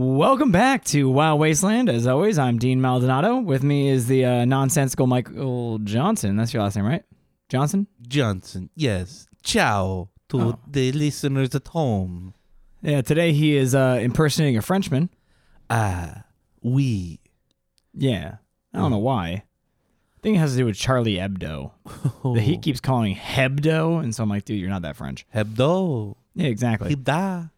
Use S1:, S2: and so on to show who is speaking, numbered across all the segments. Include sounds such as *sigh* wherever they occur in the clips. S1: Welcome back to Wild Wasteland. As always, I'm Dean Maldonado. With me is the uh, nonsensical Michael Johnson. That's your last name, right? Johnson?
S2: Johnson. Yes. Ciao to
S1: Oh.
S2: the listeners at home.
S1: Yeah, today he is uh, impersonating a Frenchman.
S2: Ah,
S1: *laughs*
S2: we.
S1: Yeah. I don't know why. I think it has to do with Charlie Hebdo.
S2: Oh.
S1: That He keeps calling Hebdo, and so I'm like, dude, you're not that French.
S2: Hebdo.
S1: Yeah, exactly.
S2: Hebda.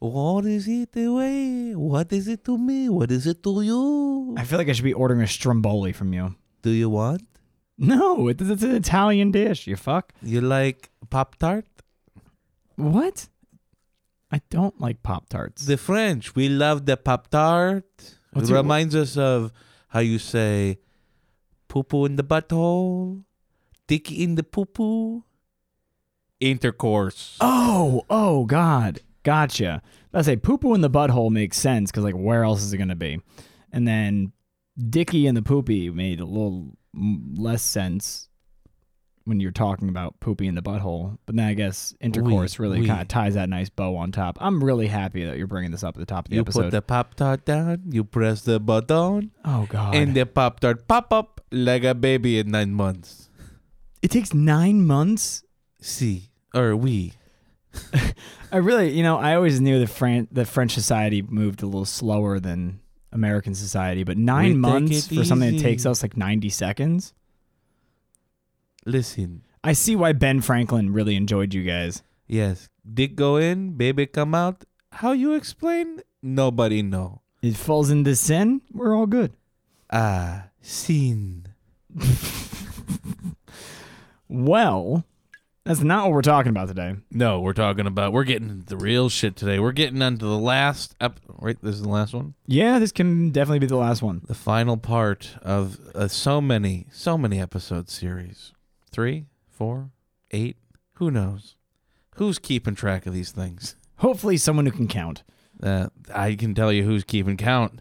S2: What is it the way? What is it to me? What is it to you?
S1: I feel like I should be ordering a stromboli from you. *laughs*
S2: Do you want?
S1: No, it's, it's an Italian dish, you fuck.
S2: You like Pop Tart?
S1: What? I don't like Pop Tarts.
S2: The French, we love the Pop Tart.
S1: What's
S2: It
S1: your-
S2: reminds us of how you say poo poo in the butthole, dick in the poo poo. Intercourse.
S1: Oh, oh, God. Gotcha. I say poo poo in the butthole makes sense because, like, where else is it going to be? And then Dicky and the poopy made a little m- less sense when you're talking about poopy in the butthole. But then I guess intercourse
S2: Oui,
S1: really
S2: oui.
S1: kind of ties that nice bow on top. I'm really happy that you're bringing this up at the top of the
S2: you
S1: episode.
S2: put the Pop Tart down, you press the button,
S1: oh, God.
S2: and the Pop Tart pop up like a baby at nine months.
S1: it takes nine months
S2: See, or we.
S1: I really, you know, I always knew that Fran- that French society moved a little slower than American society, but nine
S2: take
S1: months
S2: it
S1: for something that
S2: easy.
S1: takes us like ninety seconds.
S2: Listen,
S1: I see why Ben Franklin really enjoyed you guys.
S2: yes, dick go in, baby come out. How you explain? Nobody know.
S1: It falls into sin. We're all good.
S2: Ah, sin.
S1: Well, that's not what we're talking about today.
S2: No, we're talking about we're getting into the real shit today. We're getting onto the last up right this is the last one.
S1: Yeah, this can definitely be the last one.
S2: The final part of uh, so many so many episode series. 3, 4, 8, who knows. Who's keeping track of these things?
S1: Hopefully, someone who can count.
S2: Uh, I can tell you who's keeping count.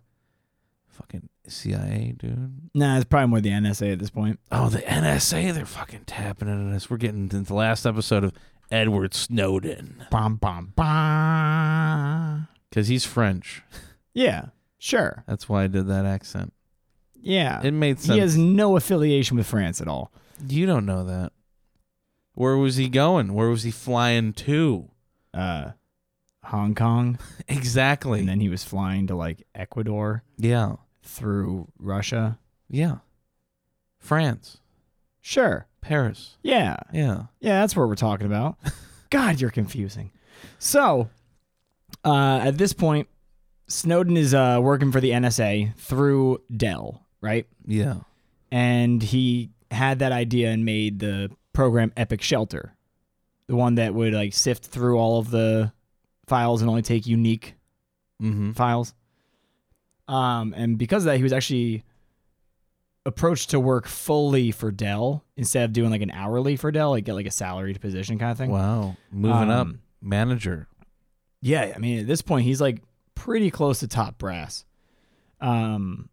S2: Fucking CIA, dude.
S1: Nah, it's probably more the NSA at this point.
S2: Oh, the NSA, they're fucking tapping into us. We're getting into the last episode of Edward Snowden
S1: Bom bom bom.
S2: cuz he's French.
S1: Yeah, sure.
S2: That's why I did that accent.
S1: Yeah,
S2: It made sense.
S1: he has no affiliation with France at all.
S2: You don't know that. Where was he going? Where was he flying to?
S1: uh, Hong Kong,
S2: Exactly.
S1: and then he was flying to like Ecuador
S2: yeah.
S1: through Russia.
S2: Yeah. France.
S1: Sure.
S2: Paris.
S1: Yeah.
S2: Yeah.
S1: Yeah, that's what we're talking about. God, you're confusing. So, uh, at this point, Snowden is uh, working for the NSA through Dell, right?
S2: Yeah.
S1: And he had that idea and made the program Epic Shelter, the one that would like sift through all of the files and only take unique
S2: Mm-hmm.
S1: files. Um, and because of that, he was actually approached to work fully for Dell instead of doing like an hourly for Dell, like get like a salaried position kind of thing.
S2: Wow. Moving up.
S1: Um,
S2: Manager.
S1: Yeah, I mean at this point he's like pretty close to top brass. Um,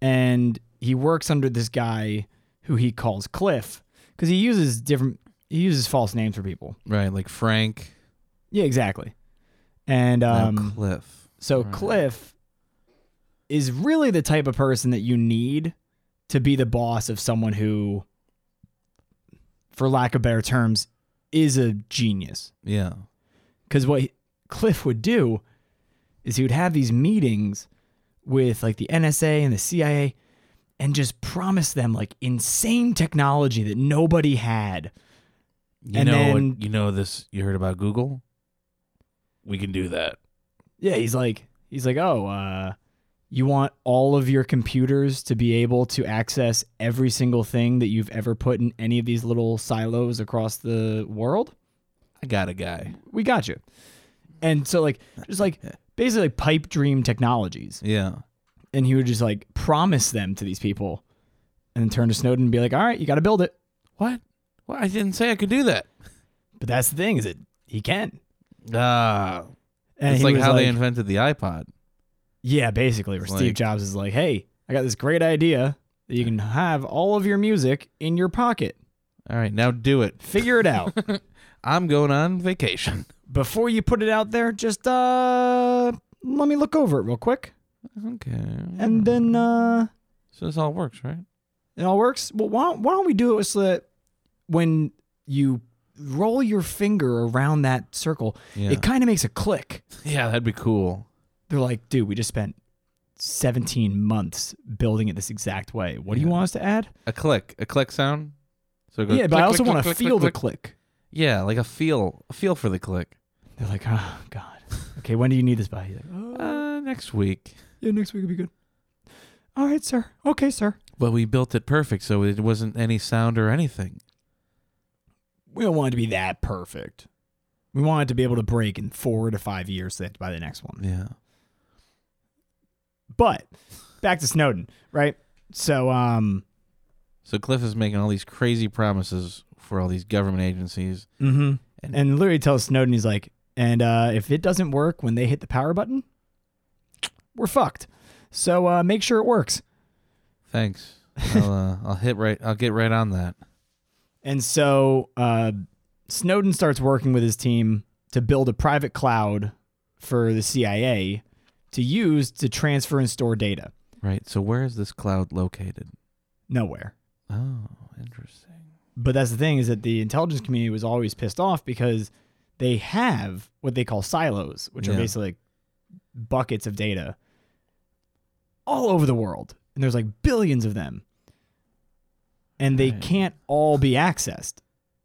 S1: and he works under this guy who he calls Cliff because he uses different he uses false names for people.
S2: Right. Like Frank.
S1: Yeah, exactly. And
S2: now
S1: um,
S2: Cliff.
S1: So
S2: Right.
S1: Cliff is really the type of person that you need to be the boss of someone who, for lack of better terms, is a genius.
S2: Yeah.
S1: Because what he- Cliff would do is he would have these meetings with like the NSA and the CIA and just promise them like insane technology that nobody had.
S2: You
S1: And
S2: know what-
S1: then-
S2: you know this you heard about Google? We can do that.
S1: Yeah, he's like he's like, "Oh, uh you want all of your computers to be able to access every single thing that you've ever put in any of these little silos across the world?
S2: I got a guy.
S1: We got you." And so like just like basically like pipe dream technologies.
S2: Yeah.
S1: And he would just like promise them to these people and then turn to Snowden and be like, "All right, you got to build it."
S2: What? Well, I didn't say I could do that.
S1: But that's the thing is it he can.
S2: Ah.
S1: And
S2: it's
S1: he
S2: like
S1: was
S2: how they invented the iPod.
S1: Yeah, basically, where
S2: It's
S1: Steve
S2: like-
S1: Jobs is like, "Hey, I got this great idea that you can have all of your music in your pocket.
S2: All right, now do it.
S1: Figure it
S2: *laughs*
S1: out
S2: I'm going on vacation.
S1: before you put it out there. Just uh, let me look over it real quick.
S2: *laughs* Okay. Hmm.
S1: And then uh,
S2: So this all works, right?
S1: it all works. Well, why don't, why don't we do it so that when you roll your finger around that circle,
S2: Yeah.
S1: it kind of makes a click.
S2: yeah, that'd be cool.
S1: They're like, dude, we just spent 17 months building it this exact way. What do you
S2: Yeah.
S1: want us to add?
S2: A click, a click sound. So it goes
S1: yeah, but I
S2: click,
S1: also
S2: click,
S1: want to
S2: click,
S1: feel
S2: click,
S1: the
S2: click.
S1: click.
S2: Yeah, like a feel, a feel for the click.
S1: They're like, oh, God. Okay, when do you need this by? He's like, oh,
S2: Uh, next week.
S1: yeah, next week will be good. All right, sir. Okay, sir.
S2: But we built it perfect, so it wasn't any sound or anything.
S1: We don't want it to be that perfect. We want it to be able to break in four to five years so they have to buy the next one.
S2: Yeah.
S1: But back to Snowden, right? So, um,
S2: So Cliff is making all these crazy promises for all these government agencies.
S1: mhm.
S2: And-
S1: and Leary tells Snowden, he's like, and uh, if it doesn't work when they hit the power button, we're fucked. So uh, make sure it works. *laughs*
S2: Thanks. I'll, uh, I'll hit right. I'll get right on that.
S1: And so uh, Snowden starts working with his team to build a private cloud for the CIA to use to transfer and store data.
S2: Right. So where is this cloud located?
S1: Nowhere.
S2: Oh, interesting.
S1: But that's the thing is that the intelligence community was always pissed off because they have what they call silos, which are
S2: Yeah.
S1: basically like buckets of data all over the world. And there's like billions of them. And they
S2: Right.
S1: can't all be accessed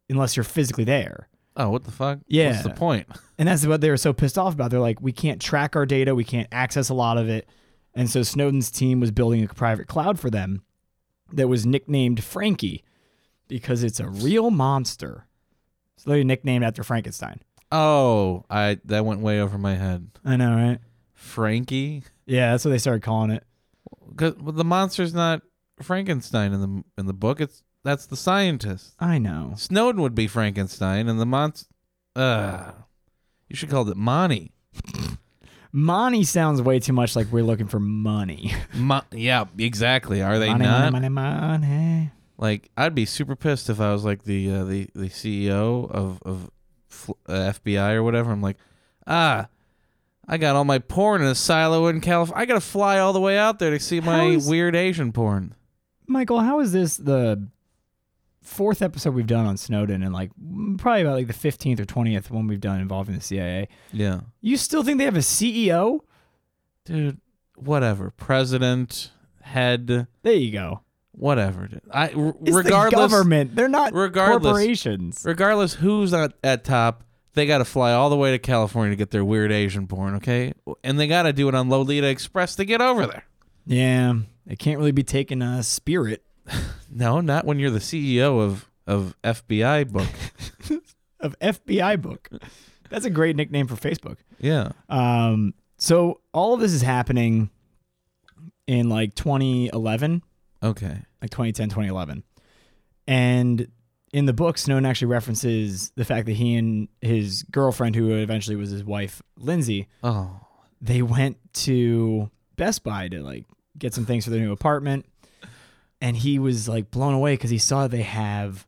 S1: unless you're physically there.
S2: Oh, what the fuck?
S1: Yeah.
S2: What's the point?
S1: And that's what they were so pissed off about. They're like, we can't track our data, we can't access a lot of it. And so Snowden's team was building a private cloud for them that was nicknamed Frankie because it's a real monster. So they nicknamed after Frankenstein.
S2: Oh, I that went way over my head.
S1: I know, right?
S2: Frankie,
S1: Yeah, that's what they started calling it.
S2: because the monster's not Frankenstein in the in the book. It's that's the scientist.
S1: I know.
S2: Snowden would be Frankenstein, and the monster. Uh, you should call it Monty.
S1: Money sounds way too much like we're looking for money.
S2: Mo- yeah, exactly. Are they
S1: money,
S2: not?
S1: money, money, money.
S2: Like, I'd be super pissed if I was like the uh, the the CEO of of F- uh, FBI or whatever. I'm like, ah, I got all my porn in a silo in California. I gotta fly all the way out there to see
S1: How
S2: my
S1: is-
S2: weird Asian porn.
S1: Michael, how is this the fourth episode we've done on Snowden and like probably about like the 15th or 20th one we've done involving the CIA?
S2: Yeah,
S1: You still think they have a E CEO?
S2: dude. Whatever, president, head,
S1: There you go.
S2: whatever. dude. I r-
S1: It's the
S2: regardless.
S1: government. They're not
S2: regardless-
S1: corporations.
S2: regardless who's at, at top, they got to fly all the way to California to get their weird Asian porn, okay? And they got to do it on Lolita Express to get over there.
S1: Yeah, it can't really be taken uh, spirit
S2: No, not when you're the CEO of of FBI
S1: *laughs*
S2: book.
S1: of FBI book. That's a great nickname for Facebook.
S2: yeah.
S1: Um, so all of this is happening in like 2011,
S2: Okay.
S1: like 2010, 2011, and in the book, Snowden actually references the fact that he and his girlfriend, who eventually was his wife, Lindsay,
S2: Oh.
S1: they went to Best Buy to like get some things for their new apartment, and he was like blown away because he saw they have,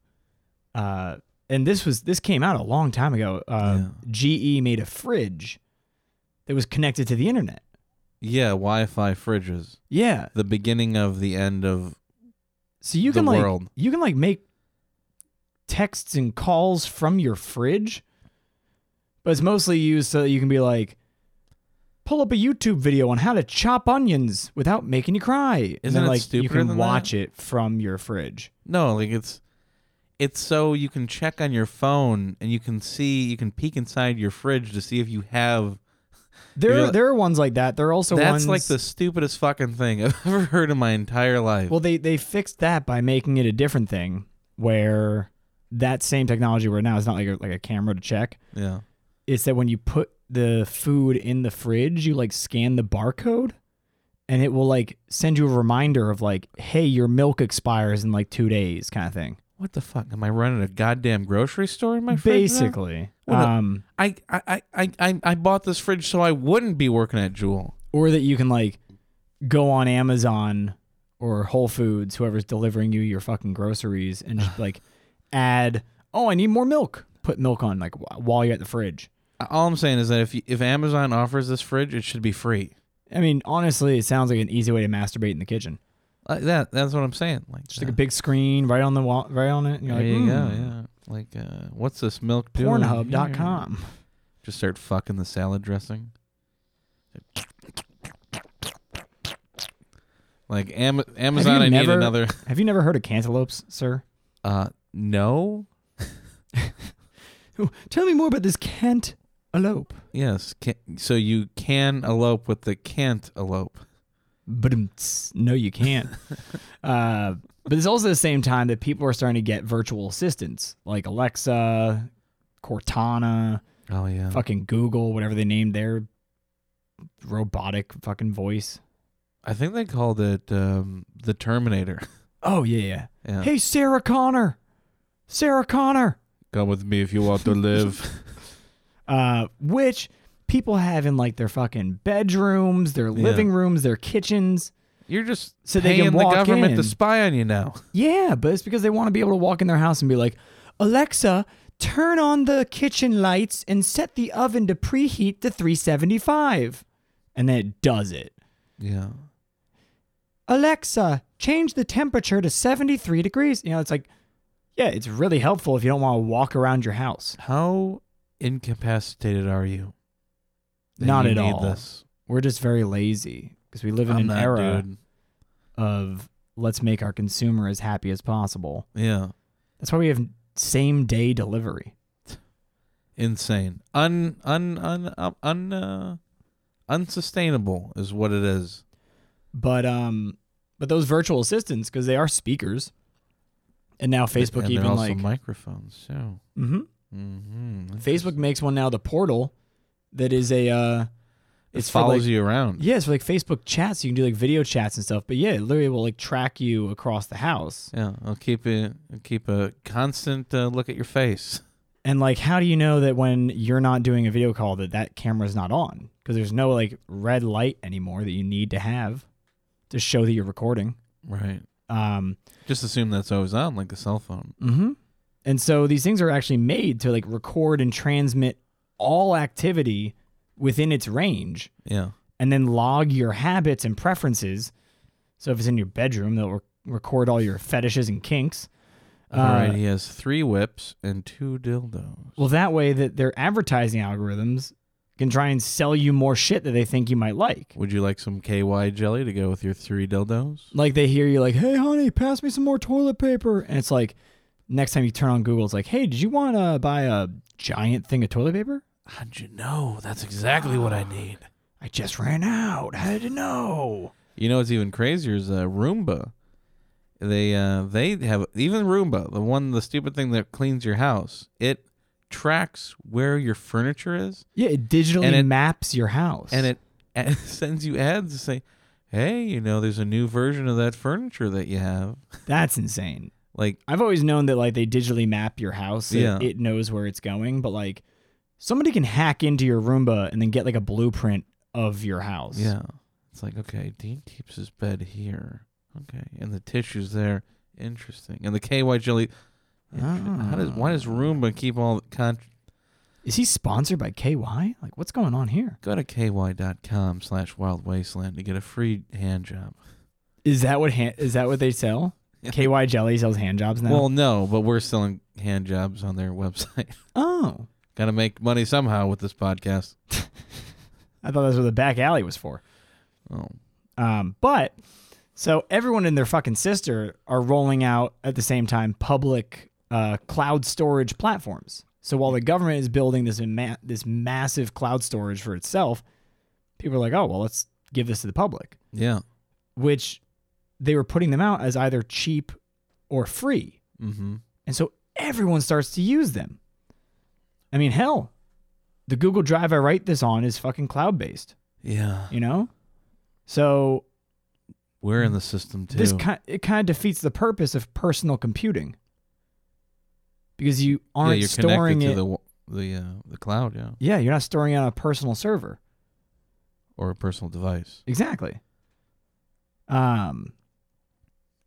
S1: uh, and this was this came out a long time ago. Uh, GE made a fridge that was connected to the internet.
S2: Yeah, Wi-Fi fridges.
S1: Yeah,
S2: The beginning of the end of
S1: so you
S2: The
S1: can like
S2: world.
S1: you can like make texts and calls from your fridge, but it's mostly used so that you can be like. Pull up a YouTube video on how to chop onions without making you cry. And
S2: Isn't
S1: then,
S2: it
S1: like you
S2: stupider
S1: can
S2: than
S1: watch it from your fridge.
S2: No, like it's it's so you can check on your phone and you can see you can peek inside your fridge to see if you have
S1: There,
S2: You're-
S1: there are ones like that. There are also
S2: That's
S1: ones
S2: like the stupidest fucking thing *laughs* I've ever heard in my entire life.
S1: Well, they they fixed that by making it a different thing where that same technology where now it's not like a, like a camera to check.
S2: yeah.
S1: It's that when you put the food in the fridge, you like scan the barcode, and it will like send you a reminder of like, hey, your milk expires in like two days, kind of thing.
S2: What the fuck? Am I running a goddamn grocery store in my fridge? now?
S1: Basically,
S2: What a-
S1: um,
S2: I, I, I- I, I, I bought this fridge so I wouldn't be working at Jewel.
S1: or that you can like go on Amazon or Whole Foods, whoever's delivering you your fucking groceries,
S2: *sighs*
S1: and just like add, oh, I need more milk. Put milk on like wh- while you're at the fridge.
S2: all I'm saying is that if you, if Amazon offers this fridge, it should be free.
S1: I mean, honestly, it sounds like an easy way to masturbate in the kitchen.
S2: Like that. That's what I'm saying. Like uh,
S1: Just like a big screen right on the wall, right on it. And you're
S2: There
S1: like,
S2: you go.
S1: "Hmm,
S2: Yeah. Like, uh, what's this milk doing? here?"
S1: Pornhub.com.
S2: Just start fucking the salad dressing. Like Am- Amazon, I need
S1: never- *laughs*
S2: another.
S1: Have you never heard of cantaloupes, sir?
S2: Uh, no.
S1: Tell me more about this cantaloupe.
S2: Yes. Can- so you can elope with the can't elope.
S1: But no, you
S2: *laughs*
S1: can't. uh, but it's also the same time that people are starting to get virtual assistants like Alexa, Cortana,
S2: Oh yeah.
S1: fucking Google, whatever they named their robotic fucking voice.
S2: I think they called it um, the Terminator.
S1: Oh yeah, yeah.
S2: Yeah.
S1: Hey, Sarah Connor, Sarah Connor.
S2: Come with me if you want
S1: *laughs*
S2: to live.
S1: uh, which people have in like their fucking bedrooms, their
S2: Yeah.
S1: living rooms, their kitchens.
S2: You're just
S1: So they
S2: paying
S1: can walk
S2: the government
S1: in.
S2: to spy on you now.
S1: Yeah, but it's because they want to be able to walk in their house and be like, Alexa, turn on the kitchen lights and set the oven to preheat to 375. And then it does it.
S2: Yeah.
S1: Alexa, change the temperature to 73 degrees. You know, it's like, yeah, it's really helpful if you don't want to walk around your house.
S2: How incapacitated are you? that
S1: Not
S2: you
S1: at
S2: need
S1: all.
S2: This?
S1: We're just very lazy because we live in
S2: I'm
S1: an
S2: not,
S1: era
S2: dude.
S1: of let's make our consumer as happy as possible.
S2: Yeah.
S1: That's why we have same day delivery.
S2: Insane. Un un un um, un uh, unsustainable is what it is.
S1: But um, but those virtual assistants because they are speakers, and now Facebook
S2: and they're
S1: even
S2: also
S1: like
S2: microphones too.
S1: hmm
S2: Mm-hmm.
S1: Facebook makes one now the portal that is a uh,
S2: it
S1: it's for, like-
S2: follows you around.
S1: yeah, it's for like Facebook chats. You can do like video chats and stuff. But yeah, it literally will like track you across the house.
S2: Yeah, I'll keep it. I'll keep a constant uh, look at your face. *laughs*
S1: And like, how do you know that when you're not doing a video call that that camera's not on? Because there's no like red light anymore that you need to have to show that you're recording.
S2: Right.
S1: Um,
S2: Just assume that's always on, like a cell phone.
S1: Mm-hmm. And so these things are actually made to like record and transmit all activity within its range
S2: Yeah.
S1: and then log your habits and preferences. So if it's in your bedroom, they'll re- record all your fetishes and kinks. Uh,
S2: All right. He has three whips and two dildos.
S1: Well, that way that their advertising algorithms can try and sell you more shit that they think you might like.
S2: Would you like some KY jelly to go with your three dildos?
S1: Like they hear you like, "Hey, honey, pass me some more toilet paper," and it's like, next time you turn on Google, it's like, "Hey, did you want to buy a giant thing of toilet paper?"
S2: How'd you know? That's exactly what I need.
S1: I just ran out. How did you know?
S2: You know what's even crazier is uh, Roomba. They uh, they have even Roomba, the one the stupid thing that cleans your house. It tracks where your furniture is,
S1: Yeah, it digitally
S2: And it-
S1: maps your house.
S2: and it *laughs* ad- sends you ads to say, "Hey, you know, there's a new version of that furniture that you have."
S1: that's insane.
S2: Like,
S1: I've always known that like they digitally map your house. so
S2: Yeah.
S1: It knows where it's going, but like somebody can hack into your Roomba and then get like a blueprint of your house.
S2: yeah, it's like, okay, Dean keeps his bed here, okay, and the tissues there, interesting, and the KY jelly. interesting. How does why does Roomba keep all the con-
S1: Ah. Is he sponsored by KY? Like what's going on here?
S2: Go to ky.com slash wild wasteland to get a free hand job.
S1: Is that what han- is that what they
S2: *laughs*
S1: sell?
S2: Yeah.
S1: KY jelly sells hand jobs now.
S2: Well, no, but we're selling hand jobs on their *laughs* website.
S1: oh.
S2: Got to make money somehow with this podcast.
S1: I thought that's what the back alley was for.
S2: Oh,
S1: Um, but so everyone and their fucking sister are rolling out at the same time public uh, cloud storage platforms. So while the government is building this ma- this massive cloud storage for itself, people are like, oh well, let's give this to the public,
S2: yeah.
S1: which they were putting them out as either cheap or free,
S2: Mm-hmm.
S1: and so everyone starts to use them. I mean, hell, the Google Drive I write this on is fucking cloud based,
S2: Yeah.
S1: you know. So
S2: We're in the system too.
S1: this kind it kind of defeats the purpose of personal computing because you
S2: yeah,
S1: aren't
S2: you're
S1: storing
S2: connected
S1: it.
S2: to the wa- the uh, the cloud, yeah,
S1: yeah, you're not storing it on a personal server.
S2: or a personal device.
S1: Exactly. Um,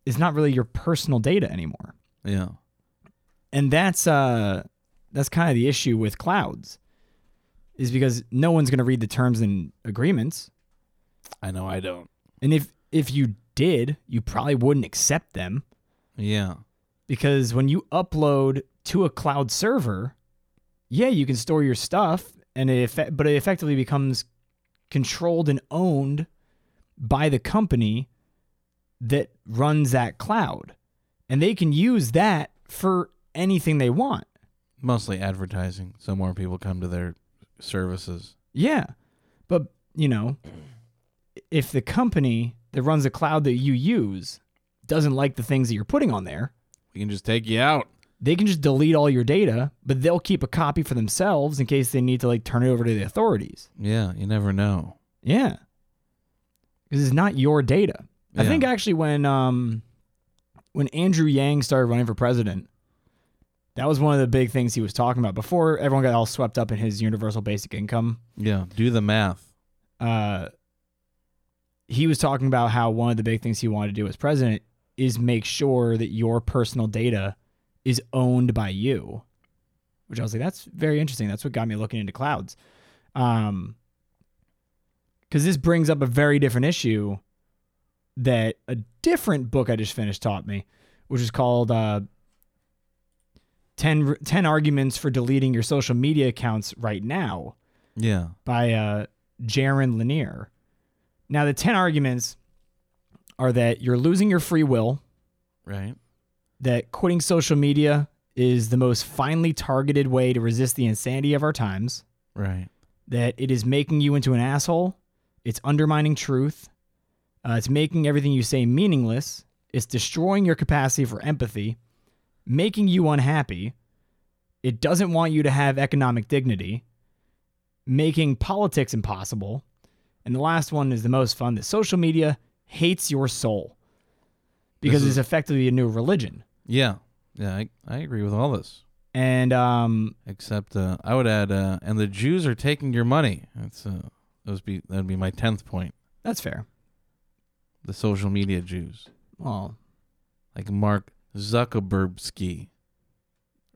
S1: it's not really your personal data anymore,
S2: Yeah.
S1: and that's uh, that's kind of the issue with clouds, is because no one's going to read the terms and agreements.
S2: I know I don't.
S1: And if if you did, you probably wouldn't accept them
S2: Yeah.
S1: because when you upload to a cloud server, yeah, you can store your stuff and it effe- but it effectively becomes controlled and owned by the company that runs that cloud. And they can use that for anything they want.
S2: Mostly advertising, so more people come to their services.
S1: Yeah. But, you know, if the company that runs the cloud that you use doesn't like the things that you're putting on there,
S2: We can just take you out.
S1: they can just delete all your data, but they'll keep a copy for themselves in case they need to like turn it over to the authorities.
S2: Yeah, you never know.
S1: Yeah. Cuz it's not your data. I
S2: Yeah.
S1: think actually when um when Andrew Yang started running for president, that was one of the big things he was talking about before everyone got all swept up in his universal basic income
S2: Yeah, do the math.
S1: uh, he was talking about how one of the big things he wanted to do as president is make sure that your personal data is owned by you, which I was like, that's very interesting. That's what got me looking into clouds. Um, because this brings up a very different issue that a different book I just finished taught me, which is called uh, 10, 10 Arguments for Deleting Your Social Media Accounts Right Now
S2: Yeah.
S1: by uh, Jaron Lanier. Now, the 10 arguments are that you're losing your free will,
S2: Right.
S1: that quitting social media is the most finely targeted way to resist the insanity of our times,
S2: Right.
S1: that it is making you into an asshole, it's undermining truth, uh, it's making everything you say meaningless, it's destroying your capacity for empathy, making you unhappy, it doesn't want you to have economic dignity, making politics impossible, and the last one is the most fun that social media hates your soul because
S2: This
S1: it's
S2: is-
S1: effectively a new religion.
S2: Yeah. Yeah, I, I agree with all this.
S1: And um,
S2: Except uh, I would add uh, and the Jews are taking your money. That's uh that would be that'd be my 10th point.
S1: that's fair.
S2: The social media Jews.
S1: Well,
S2: Like Mark Zuckerbergsky.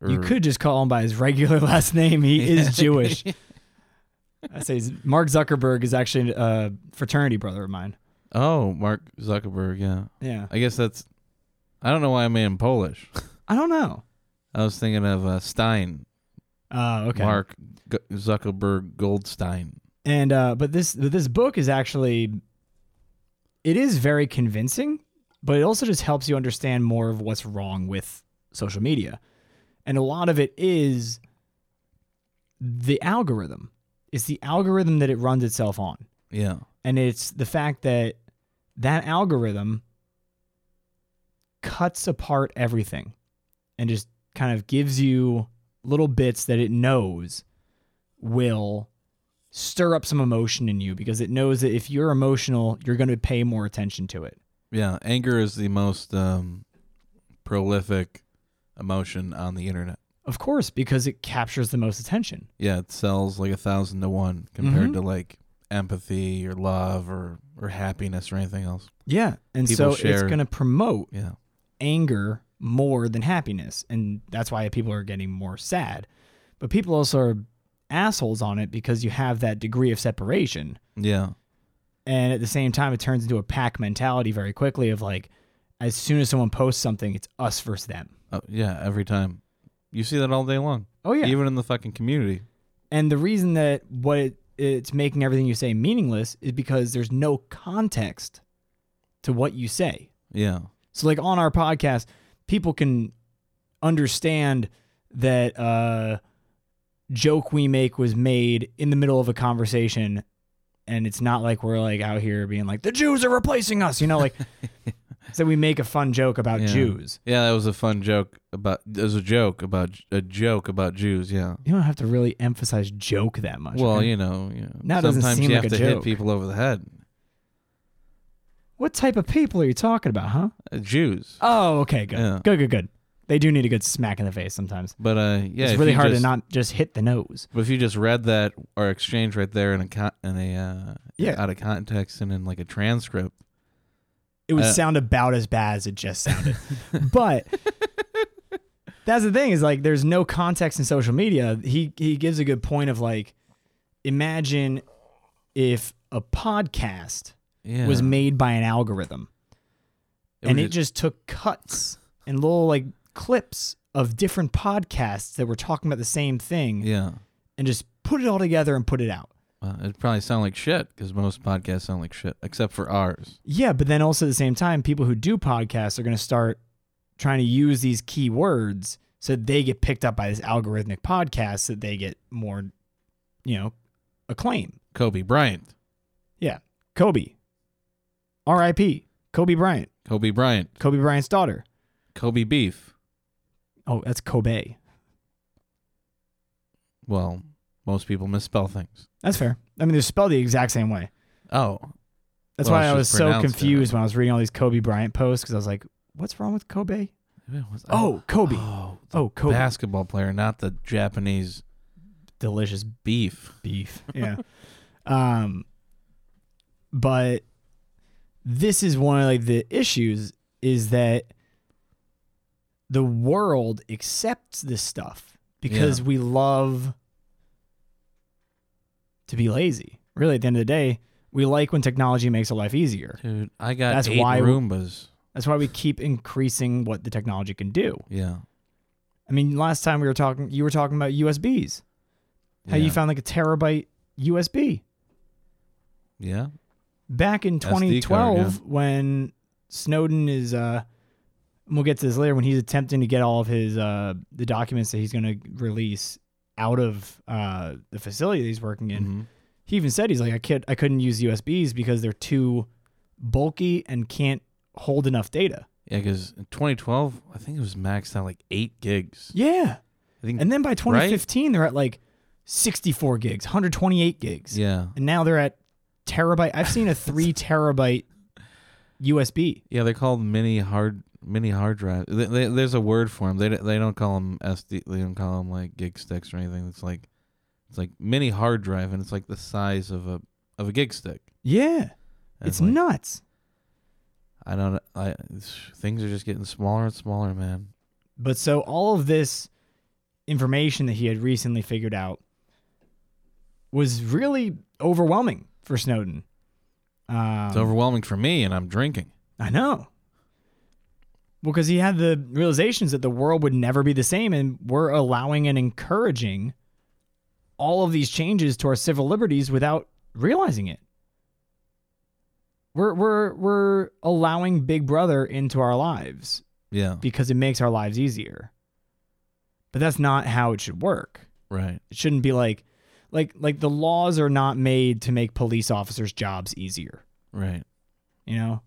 S1: You
S2: Or-
S1: could just call him by his regular *laughs* last name.
S2: *laughs*
S1: He is Jewish. I say he's- Mark Zuckerberg is actually a fraternity brother of mine.
S2: Oh, Mark Zuckerberg, yeah.
S1: Yeah.
S2: I guess that's I don't know why I made him Polish.
S1: I don't know.
S2: I was thinking of uh, Stein,
S1: Uh, okay.
S2: Mark G- Zuckerberg Goldstein.
S1: And uh, but this but this book is actually it is very convincing, but it also just helps you understand more of what's wrong with social media. And a lot of it is the algorithm. It's the algorithm that it runs itself on.
S2: Yeah.
S1: and it's the fact that that algorithm cuts apart everything and just kind of gives you little bits that it knows will stir up some emotion in you because it knows that if you're emotional you're going to pay more attention to it
S2: Yeah, anger is the most um, prolific emotion on the internet.
S1: of course because it captures the most attention
S2: Yeah, it sells like a thousand to one compared
S1: Mhm.
S2: to like empathy or love or or happiness or anything else.
S1: yeah and
S2: People
S1: so it's
S2: share-
S1: going to promote
S2: Yeah,
S1: anger more than happiness. And that's why people are getting more sad. But people also are assholes on it because you have that degree of separation.
S2: yeah,
S1: And at the same time, it turns into a pack mentality very quickly of like, as soon as someone posts something, it's us versus them.
S2: oh, yeah. Every time you see that all day long,
S1: Oh, yeah.
S2: even in the fucking community.
S1: And the reason that what it, it's making everything you say meaningless is because there's no context to what you say.
S2: Yeah,
S1: So like on our podcast, people can understand that uh joke we make was made in the middle of a conversation and it's not like we're like out here being like the Jews are replacing us, you know,
S2: *laughs*
S1: like so we make a fun joke about
S2: Yeah.
S1: Jews.
S2: yeah. That was a fun joke about. There's a joke about a joke about Jews. Yeah.
S1: You don't have to really emphasize joke that much.
S2: Well,
S1: right?
S2: you know, you know,
S1: Now it doesn't
S2: sometimes
S1: seem
S2: you
S1: like
S2: have
S1: a
S2: to hit
S1: joke.
S2: people over the head.
S1: what type of people are you talking about, huh?
S2: Uh, Jews.
S1: Oh, okay, good.
S2: Yeah.
S1: Good, good, good. They do need a good smack in the face sometimes.
S2: But uh, yeah,
S1: it's
S2: if
S1: really
S2: you
S1: hard
S2: just-
S1: to not just hit the nose.
S2: But if you just read that or exchange right there in a con- in a uh,
S1: Yeah.
S2: out of context and in like a transcript,
S1: it would
S2: Uh,
S1: sound about as bad as it just sounded. but that's the thing is like there's no context in social media. He he gives a good point of like imagine if a podcast
S2: Yeah.
S1: was made by an algorithm and
S2: would
S1: it just took cuts and little like clips of different podcasts that were talking about the same thing
S2: Yeah.
S1: and just put it all together and put it out.
S2: Well, it'd probably sound like shit because most podcasts sound like shit, except for ours.
S1: Yeah, but then also at the same time, people who do podcasts are going to start trying to use these key words so that they get picked up by this algorithmic podcast that they get more, you know, acclaim.
S2: Kobe Bryant.
S1: Yeah. Kobe. R.I.P. Kobe Bryant.
S2: Kobe Bryant.
S1: Kobe Bryant's daughter.
S2: Kobe Beef.
S1: Oh, that's Kobe.
S2: Well, most people misspell things.
S1: That's fair. I mean, they're spelled the exact same way.
S2: Oh,
S1: That's
S2: Well,
S1: why
S2: it's
S1: I was
S2: just
S1: so
S2: pronounced
S1: confused when I was reading all these Kobe Bryant posts because I was like, what's wrong with Kobe?
S2: Yeah, what's-
S1: Oh, Kobe.
S2: *gasps* Oh, the
S1: Oh, Kobe.
S2: basketball player, not the Japanese
S1: Delicious
S2: beef.
S1: beef. *laughs* Yeah. um but this is one of like the issues is that the world accepts this stuff because we love to be lazy. Really at the end of the day, we like when technology makes our life easier.
S2: Dude, I got
S1: That's
S2: eight
S1: why-
S2: Roombas.
S1: That's why we keep increasing what the technology can do.
S2: Yeah.
S1: I mean, last time we were talking you were talking about USBs. How you
S2: Yeah.
S1: found like a terabyte USB.
S2: Yeah.
S1: back in
S2: card, yeah.
S1: 2012 when Snowden is uh and we'll get to this later when he's attempting to get all of his uh the documents that he's going to release out of uh the facility that he's working in.
S2: Mhm.
S1: He even said he's like I can't I couldn't use USBs because they're too bulky and can't hold enough data.
S2: Yeah, because in 2012, I think it was maxed out like eight gigs.
S1: Yeah.
S2: I think.
S1: And then by 2015 they're at like 64 gigs, 128 gigs.
S2: yeah.
S1: And now they're at terabyte. I've seen a 3 terabyte USB.
S2: Yeah, they're called mini hard mini hard drives. They, they, there's a word for them. They don't- they don't call them SD. They don't call them like gig sticks or anything. It's like it's like mini hard drive, and it's like the size of a of a gig stick.
S1: Yeah.
S2: And
S1: it's
S2: like,
S1: nuts.
S2: I don't. I things are just getting smaller and smaller, man.
S1: But so all of this information that he had recently figured out was really overwhelming for Snowden. Um,
S2: It's overwhelming for me, and I'm drinking.
S1: I know. Well, because he had the realizations that the world would never be the same, and we're allowing and encouraging all of these changes to our civil liberties without realizing it. We're we're we're allowing Big Brother into our lives
S2: Yeah.
S1: because it makes our lives easier. But that's not how it should work.
S2: Right.
S1: It shouldn't be like like like the laws are not made to make police officers' jobs easier,
S2: Right.
S1: you know?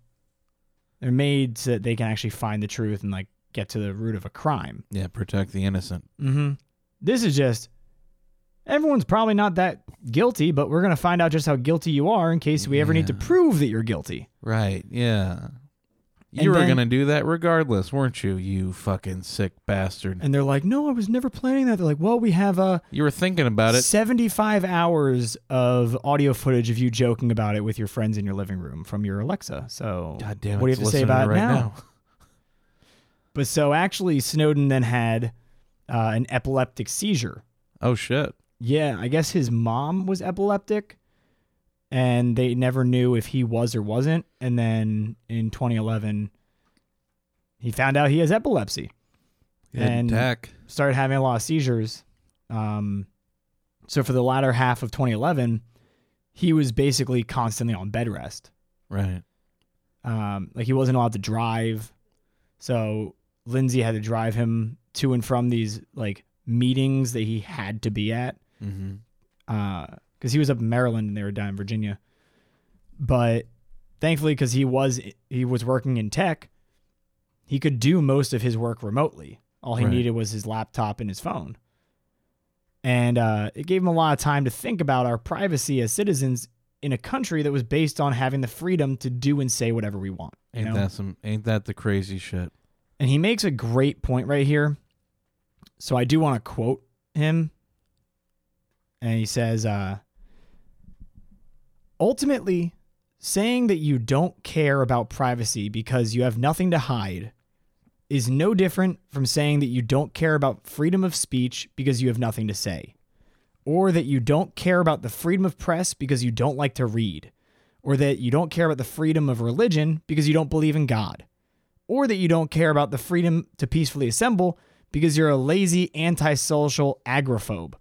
S1: They're made so that they can actually find the truth and like get to the root of a crime.
S2: Yeah. Protect the innocent.
S1: Mhm. This is just everyone's probably not that guilty, but we're going to find out just how guilty you are in case we ever need to
S2: Yeah.
S1: prove that you're guilty.
S2: Right. Yeah. You
S1: And
S2: were
S1: then-
S2: gonna do that regardless, weren't you? You fucking sick bastard.
S1: And they're like, "No, I was never planning that." They're like, "Well, we have uh, a
S2: You were thinking about it.
S1: 75 hours of audio footage of you joking about it with your friends in your living room from your Alexa. So,
S2: God damn it.
S1: what do you
S2: it's
S1: have to say
S2: listening
S1: about it
S2: right
S1: now? But so actually, Snowden then had uh, an epileptic seizure.
S2: Oh shit.
S1: Yeah, I guess his mom was epileptic and they never knew if he was or wasn't. And then in 2011, he found out he has epilepsy.
S2: Good
S1: And-
S2: tech.
S1: started having a lot of seizures. Um, so for the latter half of 2011, he was basically constantly on bed rest.
S2: Right.
S1: Um, like he wasn't allowed to drive. So Lindsay had to drive him to and from these like meetings that he had to be at
S2: Mm-hmm.
S1: because uh, he was up in Maryland and they were down in Virginia. But thankfully, because he was he was working in tech, he could do most of his work remotely. All he
S2: Right.
S1: needed was his laptop and his phone, and uh, it gave him a lot of time to think about our privacy as citizens in a country that was based on having the freedom to do and say whatever we want. you
S2: Ain't
S1: know?
S2: that some? Ain't that the crazy shit?
S1: And he makes a great point right here. So I do want to quote him. And he says, uh, ultimately, saying that you don't care about privacy because you have nothing to hide is no different from saying that you don't care about freedom of speech because you have nothing to say. or that you don't care about the freedom of press because you don't like to read, or that you don't care about the freedom of religion because you don't believe in God, or that you don't care about the freedom to peacefully assemble because you're a lazy, antisocial agoraphobe.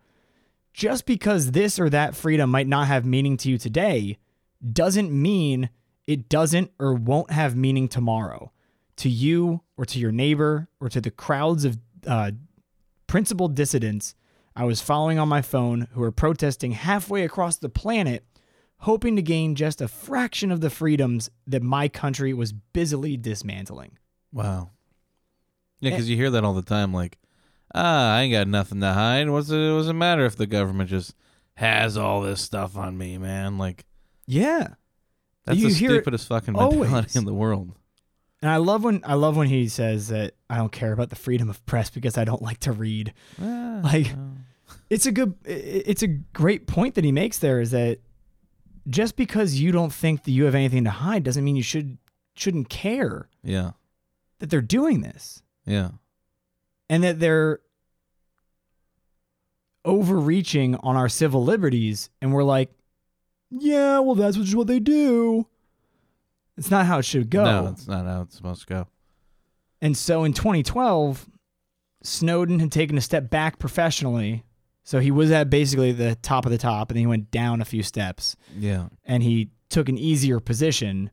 S1: Just because this or that freedom might not have meaning to you today doesn't mean it doesn't or won't have meaning tomorrow to you or to your neighbor or to the crowds of uh, principal dissidents I was following on my phone who were protesting halfway across the planet, hoping to gain just a fraction of the freedoms that my country was busily dismantling.
S2: Wow. Yeah, because you hear that all the time. Like, ah, I ain't got nothing to hide. What's it? What's it matter if the government just has all this stuff on me, man? Like,
S1: Yeah.
S2: that's
S1: You
S2: the
S1: hear it
S2: stupidest fucking mentality
S1: always.
S2: in the world.
S1: And I love when I love when he says that I don't care about the freedom of press because I don't like to read.
S2: Ah,
S1: *laughs* Like-
S2: no.
S1: It's a good i- i- it's a great point that he makes there is that just because you don't think that you have anything to hide doesn't mean you should shouldn't care
S2: yeah,
S1: that they're doing this.
S2: yeah,
S1: and that they're overreaching on our civil liberties and we're like yeah well that's just what they do it's not how it should go
S2: No, it's not how it's supposed to go.
S1: and so in 2012 snowden had taken a step back professionally so he was at basically the top of the top and then he went down a few steps
S2: Yeah,
S1: and he took an easier position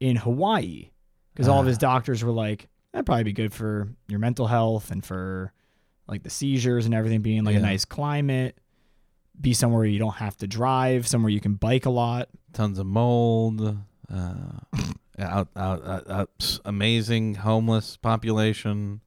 S1: in Hawaii because all of his
S2: Ah.
S1: doctors were like, that'd probably be good for your mental health and for like the seizures and everything being like a
S2: Yeah.
S1: nice climate, be somewhere you don't have to drive, somewhere you can bike a lot.
S2: tons of mold. Uh,
S1: *laughs*
S2: out, out, out, out, s- amazing homeless population.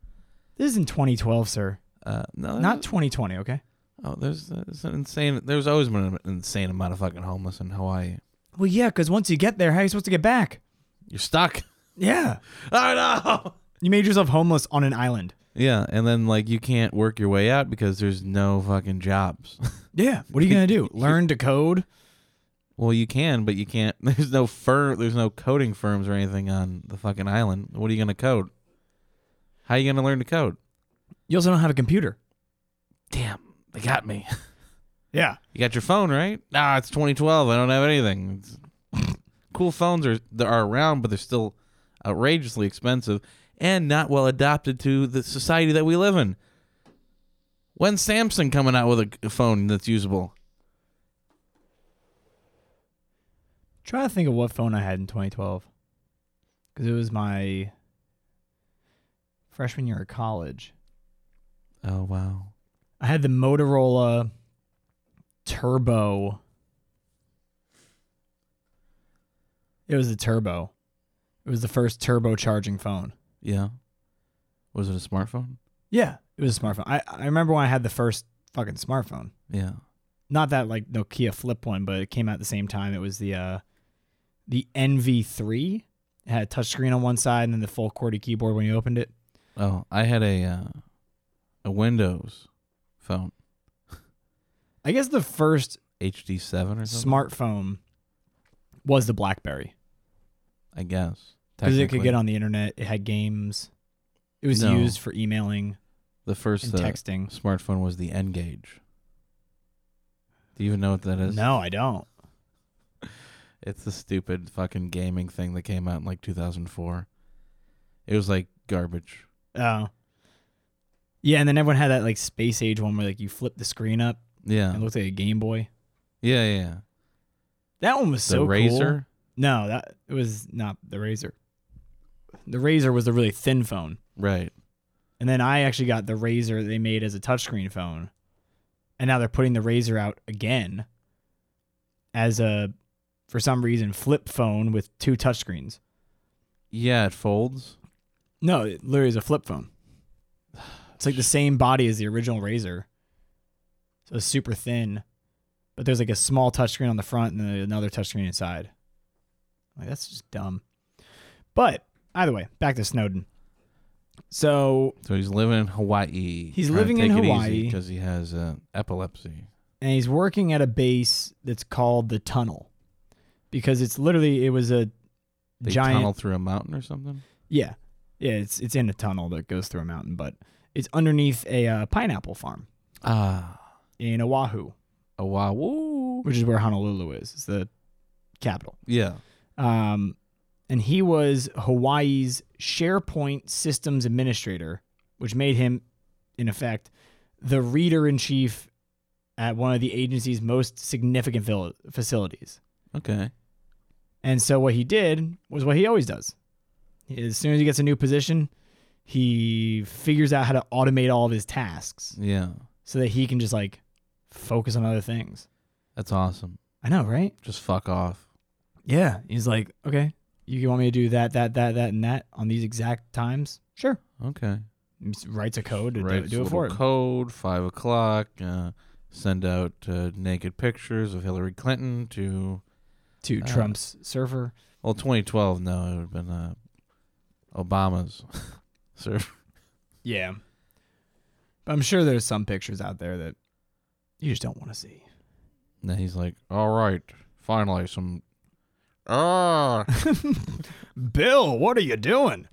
S1: This is in 2012, sir,
S2: Uh, no,
S1: not 2020. Okay.
S2: Oh, there's, there's an insane. There's always been an insane amount of fucking homeless in Hawaii.
S1: Well, yeah, because once you get there, how are you supposed to get back?
S2: You're stuck. *laughs*
S1: Yeah,
S2: Oh no.
S1: you made yourself homeless on an island.
S2: Yeah, and then like you can't work your way out because there's no fucking jobs. *laughs*
S1: Yeah, what are *laughs* you gonna do? Learn to code?
S2: well, you can, but you can't. *laughs* There's no fir- There's no coding firms or anything on the fucking island. What are you gonna code? How are you gonna learn to code?
S1: You also don't have a computer.
S2: Damn, they got me.
S1: Yeah,
S2: You got your phone, right? Nah, it's 2012. I don't have anything. It's- *laughs* cool phones are they are around, but they're still outrageously expensive and not well adapted to the society that we live in. When's Samsung coming out with a g- phone that's usable?
S1: Try to think of what phone I had in 2012. Because it was my freshman year of college.
S2: Oh wow.
S1: I had the Motorola Turbo. It was the Turbo. It was the first turbocharging phone.
S2: Yeah. Was it a smartphone?
S1: Yeah. It was a smartphone. I, I remember when I had the first fucking smartphone.
S2: Yeah.
S1: Not that like Nokia flip one, but it came out at the same time. It was the uh the NV3. It had a touchscreen on one side and then the full QWERTY keyboard when you opened it.
S2: Oh, I had a uh, a Windows phone,
S1: I guess the first
S2: HD7 or something.
S1: smartphone was the BlackBerry
S2: I guess.
S1: because it could
S2: technically.
S1: get on the internet. It had games. It was
S2: No.
S1: used for emailing
S2: the
S1: and
S2: first uh,
S1: texting.
S2: smartphone was the N Gage. Do you even know what that is?
S1: No, I don't.
S2: It's the stupid fucking gaming thing that came out in like 2004. It was like garbage.
S1: Oh. Yeah, and then everyone had that like space age one where like you flip the screen up
S2: Yeah.
S1: and it looked like a Game Boy.
S2: Yeah, yeah. yeah.
S1: That one was
S2: The
S1: so cool.
S2: Razor.
S1: No, that it was not the Razor. The Razor was a really thin phone.
S2: Right.
S1: And then I actually got the Razor they made as a touchscreen phone. And now they're putting the Razor out again as a for some reason flip phone with two touchscreens.
S2: Yeah, it folds.
S1: No, it literally is a flip phone. It's like the same body as the original Razor. So it's super thin, but there's like a small touchscreen on the front and then another touchscreen inside. Like that's just dumb. But either way, back to Snowden. So
S2: So he's living in Hawaii.
S1: He's living in Hawaii.
S2: because he has uh, epilepsy.
S1: and he's working at a base that's called the Tunnel, because it's literally it was a
S2: They
S1: giant
S2: tunnel through a mountain or something.
S1: yeah yeah it's it's in a tunnel that goes through a mountain, but it's underneath a uh, pineapple farm
S2: Ah,
S1: in Oahu,
S2: Oahu.
S1: which is where Honolulu is. It's the capital.
S2: Yeah.
S1: Um, and he was Hawaii's SharePoint systems administrator, which made him, in effect, the reader in chief at one of the agency's most significant fil- facilities.
S2: Okay.
S1: And so what he did was what he always does. As soon as he gets a new position, he figures out how to automate all of his tasks
S2: Yeah.
S1: so that he can just like focus on other things.
S2: That's awesome.
S1: I know, right?
S2: Just fuck off.
S1: Yeah. He's like, okay, you want me to do that, that, that, that, and that on these exact times? Sure.
S2: Okay.
S1: He just writes a code to
S2: Writes
S1: do, do
S2: a
S1: it for
S2: little
S1: him.
S2: Code five o'clock. Uh, send out uh, naked pictures of Hillary Clinton to
S1: to
S2: Uh,
S1: Trump's server.
S2: well, 2012. No, it would have been uh, Obama's *laughs* server.
S1: Yeah. But I'm sure there's some pictures out there that you just don't want to see. *laughs*
S2: And then he's like, "All right, finally some." Ah,
S1: Bill, what are you doing?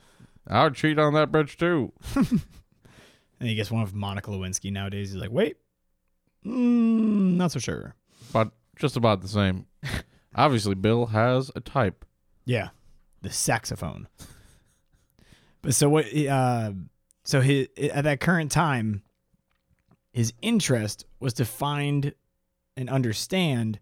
S2: I'll cheat on that bitch too.
S1: And he gets one of Monica Lewinsky nowadays. He's like, wait, mm, not so sure.
S2: but just about
S1: *laughs*
S2: the same. Obviously, Bill has a type.
S1: Yeah, the saxophone. but so what? Uh, so his, at that current time, his interest was to find and understand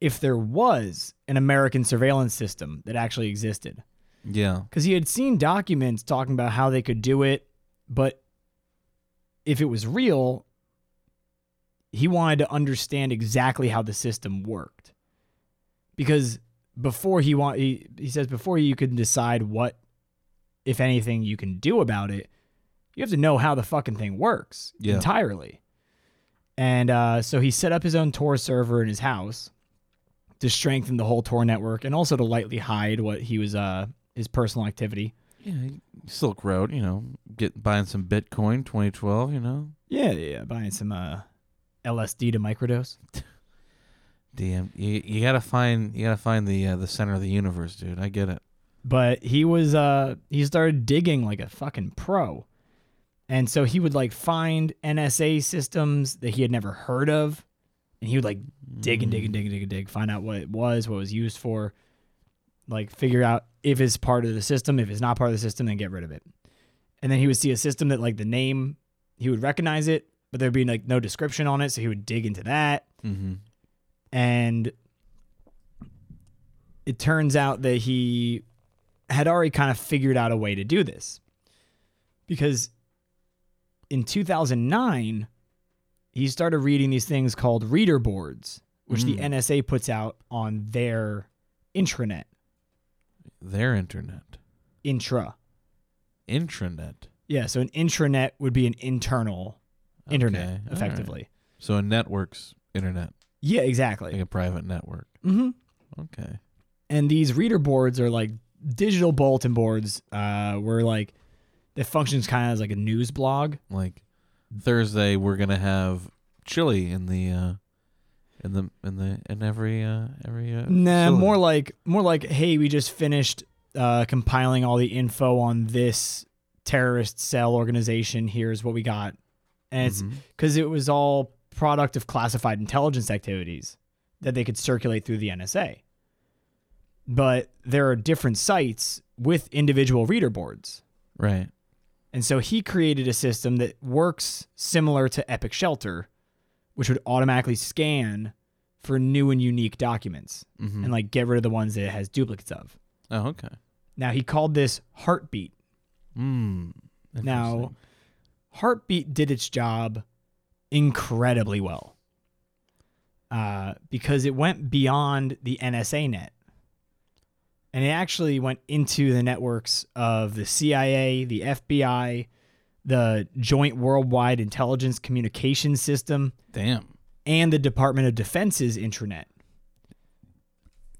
S1: if there was an American surveillance system that actually existed.
S2: Yeah,
S1: because he had seen documents talking about how they could do it, but if it was real, he wanted to understand exactly how the system worked. Because before he want he, he says before you can decide what if anything you can do about it, you have to know how the fucking thing works
S2: Yeah.
S1: entirely. And uh, so he set up his own Tor server in his house to strengthen the whole Tor network and also to lightly hide what he was uh, his personal activity.
S2: yeah. Silk Road, you know, get buying some Bitcoin, 2012. You know,
S1: Yeah, yeah, yeah, buying some uh, LSD to microdose.
S2: damn, you, you gotta find you gotta find the uh, the center of the universe, dude. I get it.
S1: But he was uh, he started digging like a fucking pro, and so he would like find NSA systems that he had never heard of, and he would like dig and dig and dig and dig and dig, find out what it was, what it was used for, like figure out if it's part of the system, if it's not part of the system, then get rid of it. And then he would see a system that like the name, he would recognize it, but there'd be like no description on it, so he would dig into that.
S2: Mm-hmm.
S1: and it turns out that he had already kind of figured out a way to do this because in 2009 he started reading these things called reader boards which the
S2: Mm.
S1: NSA puts out on their intranet
S2: Their internet,
S1: intra
S2: intranet,
S1: yeah so an intranet would be an internal internet
S2: Okay, all right.
S1: effectively
S2: So a network's internet,
S1: yeah exactly
S2: like a private network.
S1: mm-hmm.
S2: Okay.
S1: and these reader boards are like digital bulletin boards uh where like it functions kind of as like a news blog
S2: Like Thursday, we're gonna have chili in the uh, in the in the in every uh, every. Uh,
S1: nah
S2: facility.
S1: more like more like hey we just finished uh compiling all the info on this terrorist cell organization here's what we got and it's
S2: Mhm.
S1: because it was all product of classified intelligence activities that they could circulate through the NSA. But there are different sites with individual reader boards.
S2: right.
S1: And so he created a system that works similar to Epic Shelter, which would automatically scan for new and unique documents
S2: Mm-hmm.
S1: and like get rid of the ones that it has duplicates of.
S2: oh, okay.
S1: Now he called this Heartbeat.
S2: Mm.
S1: Now,
S2: Interesting.
S1: Heartbeat did its job incredibly well uh, because it went beyond the NSA net. And it actually went into the networks of the CIA, the FBI, the Joint Worldwide Intelligence Communications System,
S2: damn,
S1: and the Department of Defense's intranet.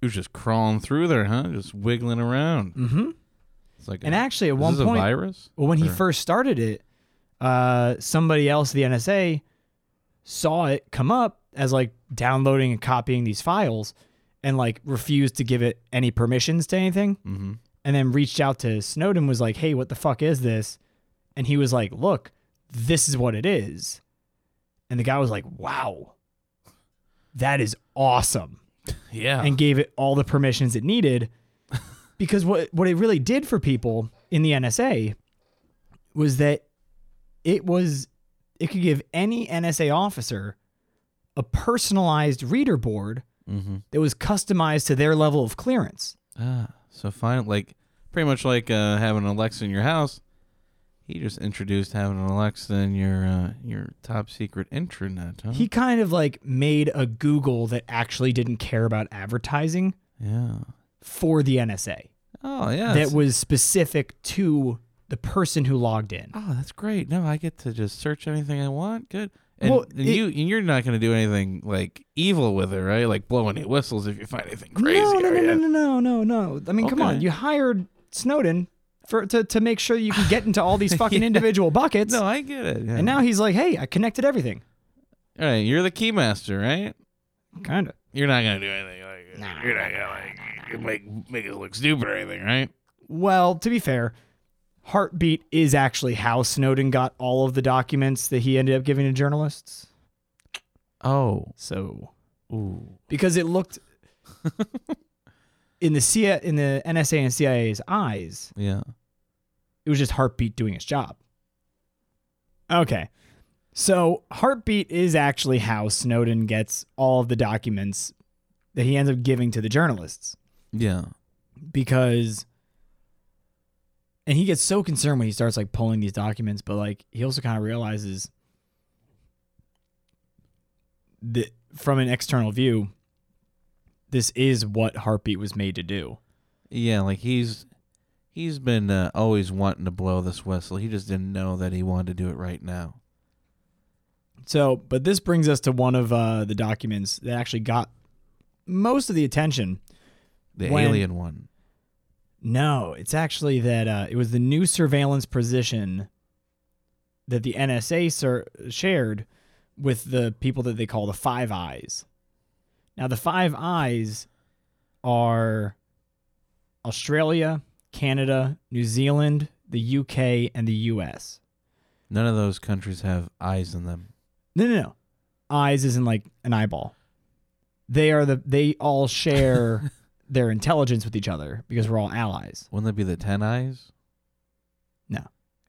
S2: it was just crawling through there, huh? Just wiggling around.
S1: Mm-hmm.
S2: It's like
S1: And
S2: a,
S1: actually, at
S2: is
S1: one
S2: this a
S1: point,
S2: virus.
S1: Well, when he
S2: Or-
S1: first started it, uh, somebody else at the NSA saw it come up as like downloading and copying these files and like refused to give it any permissions to anything
S2: Mm-hmm.
S1: and then reached out to Snowden was like, "Hey, what the fuck is this?" And he was like, "Look, this is what it is." And the guy was like, "Wow." that is awesome
S2: Yeah.
S1: and gave it all the permissions it needed because what what it really did for people in the NSA was that it was it could give any NSA officer a personalized reader board
S2: mm-hmm.
S1: that was customized to their level of clearance.
S2: Ah, so fine. Like pretty much like uh, having an Alexa in your house. He just introduced having an Alexa in your uh, your top secret intranet. Huh?
S1: He kind of like made a Google that actually didn't care about advertising
S2: yeah.
S1: for the NSA
S2: Oh yeah.
S1: that
S2: that's-
S1: was specific to the person who logged in.
S2: oh, that's great. No, I get to just search anything I want. Good. And,
S1: Well,
S2: and
S1: it-
S2: you and you're not gonna do anything like evil with it, right? Like blow any whistles if you find anything crazy.
S1: No, no,
S2: are
S1: no, no,
S2: ya?
S1: no, no, no, no. I mean, come on.
S2: Okay.
S1: You hired Snowden for to, to make sure you can get into all
S2: *laughs*
S1: these fucking individual buckets.
S2: No, I get it. yeah.
S1: And now he's like, hey, I connected everything.
S2: all right, you're the keymaster, right?
S1: Kind of.
S2: You're not gonna do anything like you're not gonna like make make it look stupid or anything, right?
S1: Well, to be fair, Heartbeat is actually how Snowden got all of the documents that he ended up giving to journalists.
S2: Oh.
S1: So,
S2: Ooh.
S1: because it
S2: *laughs*
S1: looked in the C- in the NSA and CIA's eyes,
S2: Yeah.
S1: It was just Heartbeat doing its job. Okay. So Heartbeat is actually how Snowden gets all of the documents that he ends up giving to the journalists
S2: Yeah.
S1: because and he gets so concerned when he starts like pulling these documents, but like he also kind of realizes that from an external view, this is what Heartbeat was made to do.
S2: Yeah, like he's he's been uh, always wanting to blow this whistle. He just didn't know that he wanted to do it right now.
S1: So, but this brings us to one of uh, the documents that actually got most of the attention.
S2: The
S1: When-
S2: alien one.
S1: No, it's actually that uh, it was the new surveillance position that the NSA ser- shared with the people that they call the Five Eyes. Now, the Five Eyes are Australia, Canada, New Zealand, the UK, and the US.
S2: None of those countries have eyes in them.
S1: No, no, no. Eyes isn't like an eyeball. They are the they all share their intelligence with each other because we're all allies.
S2: *laughs* Wouldn't that be the ten eyes?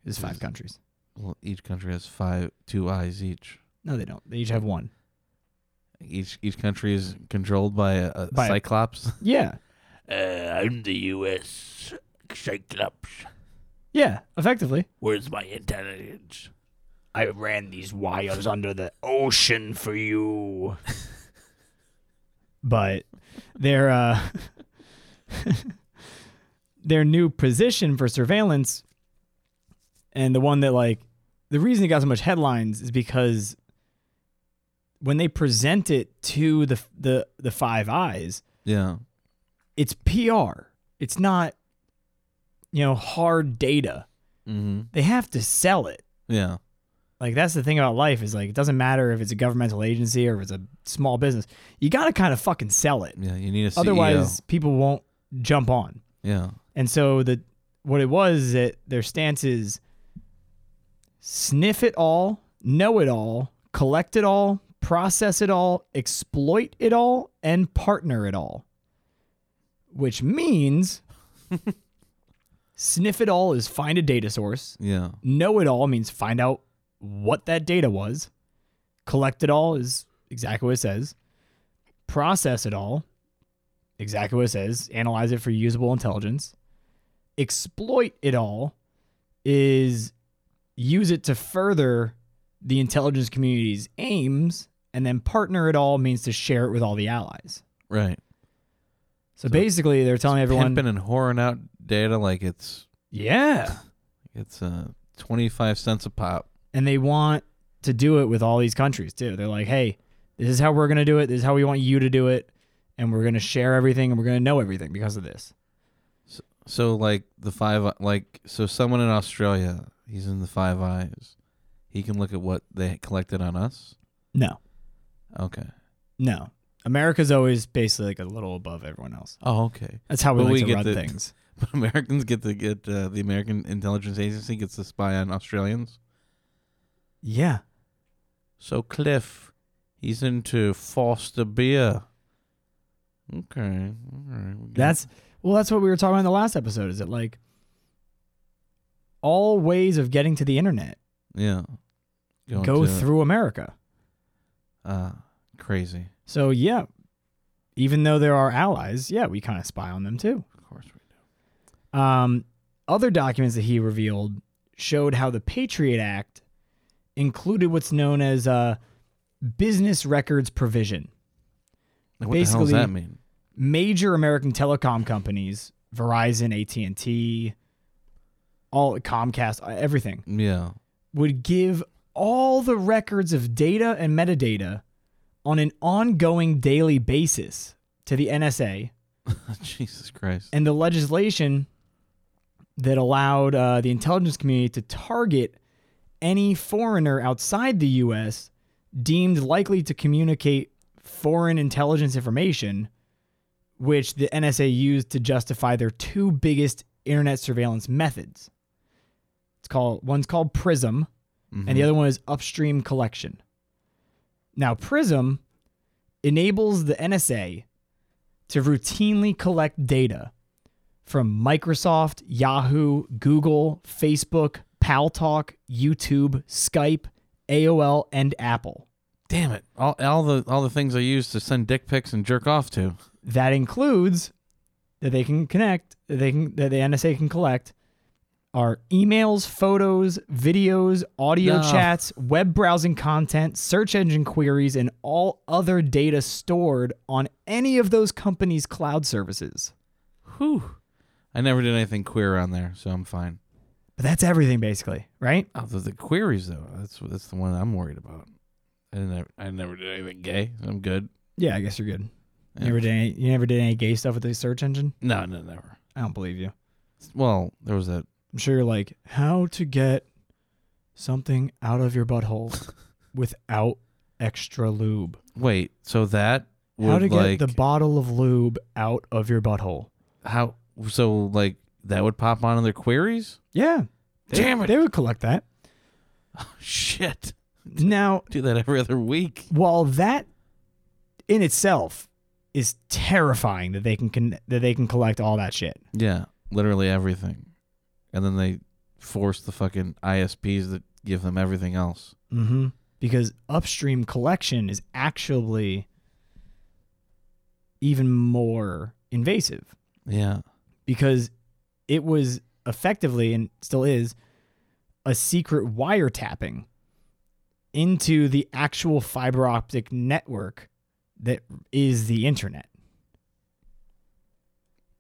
S1: There's five countries.
S2: Well, each country has five, two eyes each.
S1: No, they don't. They each have one.
S2: Each each country is controlled by a, a
S1: By a- *laughs*
S2: cyclops.
S1: Yeah,
S3: Uh, I'm the U.S. Cyclops.
S1: yeah. Effectively,
S3: Where's my intelligence? I ran these wires under the ocean for you.
S1: but their uh, *laughs* their new position for surveillance, and the one that like the reason it got so much headlines is because when they present it to the the the Five Eyes,
S2: yeah.
S1: it's PR. It's not, you know, hard data.
S2: Mm-hmm.
S1: They have to sell it.
S2: Yeah.
S1: Like that's the thing about life is like it doesn't matter if it's a governmental agency or if it's a small business. You got to kind of fucking sell it.
S2: Yeah. You need a CEO.
S1: Otherwise, people won't jump on.
S2: Yeah.
S1: And so the what it was is that their stance is sniff it all, know it all, collect it all, process it all, exploit it all, and partner it all. Which means sniff it all is find a data source.
S2: Yeah.
S1: Know it all means find out what that data was. Collect it all is exactly what it says. Process it all, exactly what it says. Analyze it for usable intelligence. Exploit it all is use it to further the intelligence community's aims. And then partner it all means to share it with all the allies.
S2: Right.
S1: So, basically, they're telling everyone,
S2: Pimping and whoring out data like it's
S1: yeah.
S2: It's uh, 25 cents a pop.
S1: and they want to do it with all these countries too. They're like, hey, this is how we're gonna do it. This is how we want you to do it, and we're gonna share everything, and we're gonna know everything because of this.
S2: So like the five like so someone in Australia, he's in the five eyes. He can look at what they collected on us.
S1: No,
S2: Okay.
S1: no, America's always basically like a little above everyone else.
S2: Oh, okay. *laughs*
S1: That's how we
S2: But
S1: like
S2: we
S1: to
S2: get
S1: run
S2: the-
S1: things.
S2: But Americans get to get uh, the American intelligence agency gets to spy on Australians.
S1: Yeah,
S2: So Cliff, He's into Foster beer. Okay, all right. we got-
S1: That's well, that's what we were talking about in the last episode. Is it like all ways of getting to the internet
S2: yeah. Going
S1: go
S2: to-
S1: through America?
S2: Uh, crazy.
S1: So yeah, even though there are allies, yeah, we kind of spy on them too.
S2: Of course we do.
S1: Um, other documents that he revealed showed how the Patriot Act included what's known as a business records provision.
S2: Like, what the hell does that
S1: Basically-
S2: mean?
S1: Major American telecom companies, Verizon, AT&T, all Comcast, uh, everything
S2: Yeah. *laughs*
S1: would give all the records of data and metadata on an ongoing daily basis to the NSA
S2: Jesus Christ.
S1: and the legislation that allowed uh, the intelligence community to target any foreigner outside the U.S. deemed likely to communicate foreign intelligence information, which the NSA used to justify their two biggest internet surveillance methods. It's called one's called Prism,
S2: Mm-hmm.
S1: and the other one is upstream collection. Now, Prism enables the NSA to routinely collect data from Microsoft, Yahoo, Google, Facebook, PalTalk, YouTube, Skype, AOL, and Apple.
S2: Damn it! All, all the all the things I use to send dick pics and jerk off to.
S1: That includes that they can connect, that they can that the NSA can collect are emails, photos, videos, audio
S2: No.
S1: chats, web browsing content, search engine queries, and all other data stored on any of those companies' cloud services.
S3: *sighs*
S2: Whew. *sighs* I never did anything queer on there, so I'm fine.
S1: But that's everything basically, right?
S2: Oh, the, the queries though. That's that's the one I'm worried about. I didn't. I never did anything gay. so I'm good.
S1: Yeah, I guess you're good.
S2: Yeah.
S1: You never did any, you never did any gay stuff with the search engine?
S2: No, no, never.
S1: I don't believe you.
S2: Well, there was that.
S1: I'm sure you're like, how to get something out of your *laughs* butthole without extra lube.
S2: Wait, so that would
S1: How to
S2: like
S1: get the bottle of lube out of your butthole.
S2: how? So like that would pop on in their queries. *laughs*
S1: Yeah. They,
S2: Damn it.
S1: They would collect that.
S2: Shit,
S1: Now,
S2: do that every other week.
S1: while that in itself is terrifying that they can con- that they can collect all that shit.
S2: Yeah, literally everything, and then they force the fucking ISPs that give them everything else.
S1: Mm-hmm. Because upstream collection is actually even more invasive.
S2: Yeah.
S1: because it was effectively and still is a secret wiretapping into the actual fiber optic network that is the internet.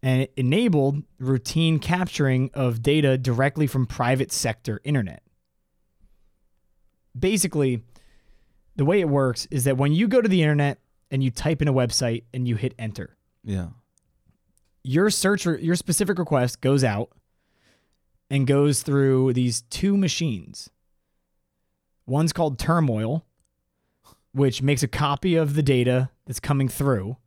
S1: And it enabled routine capturing of data directly from private sector internet. Basically, the way it works is that when you go to the internet and you type in a website and you hit enter,
S2: Yeah.
S1: your search re- your specific request goes out and goes through these two machines. One's called Turmoil, which makes a copy of the data that's coming through.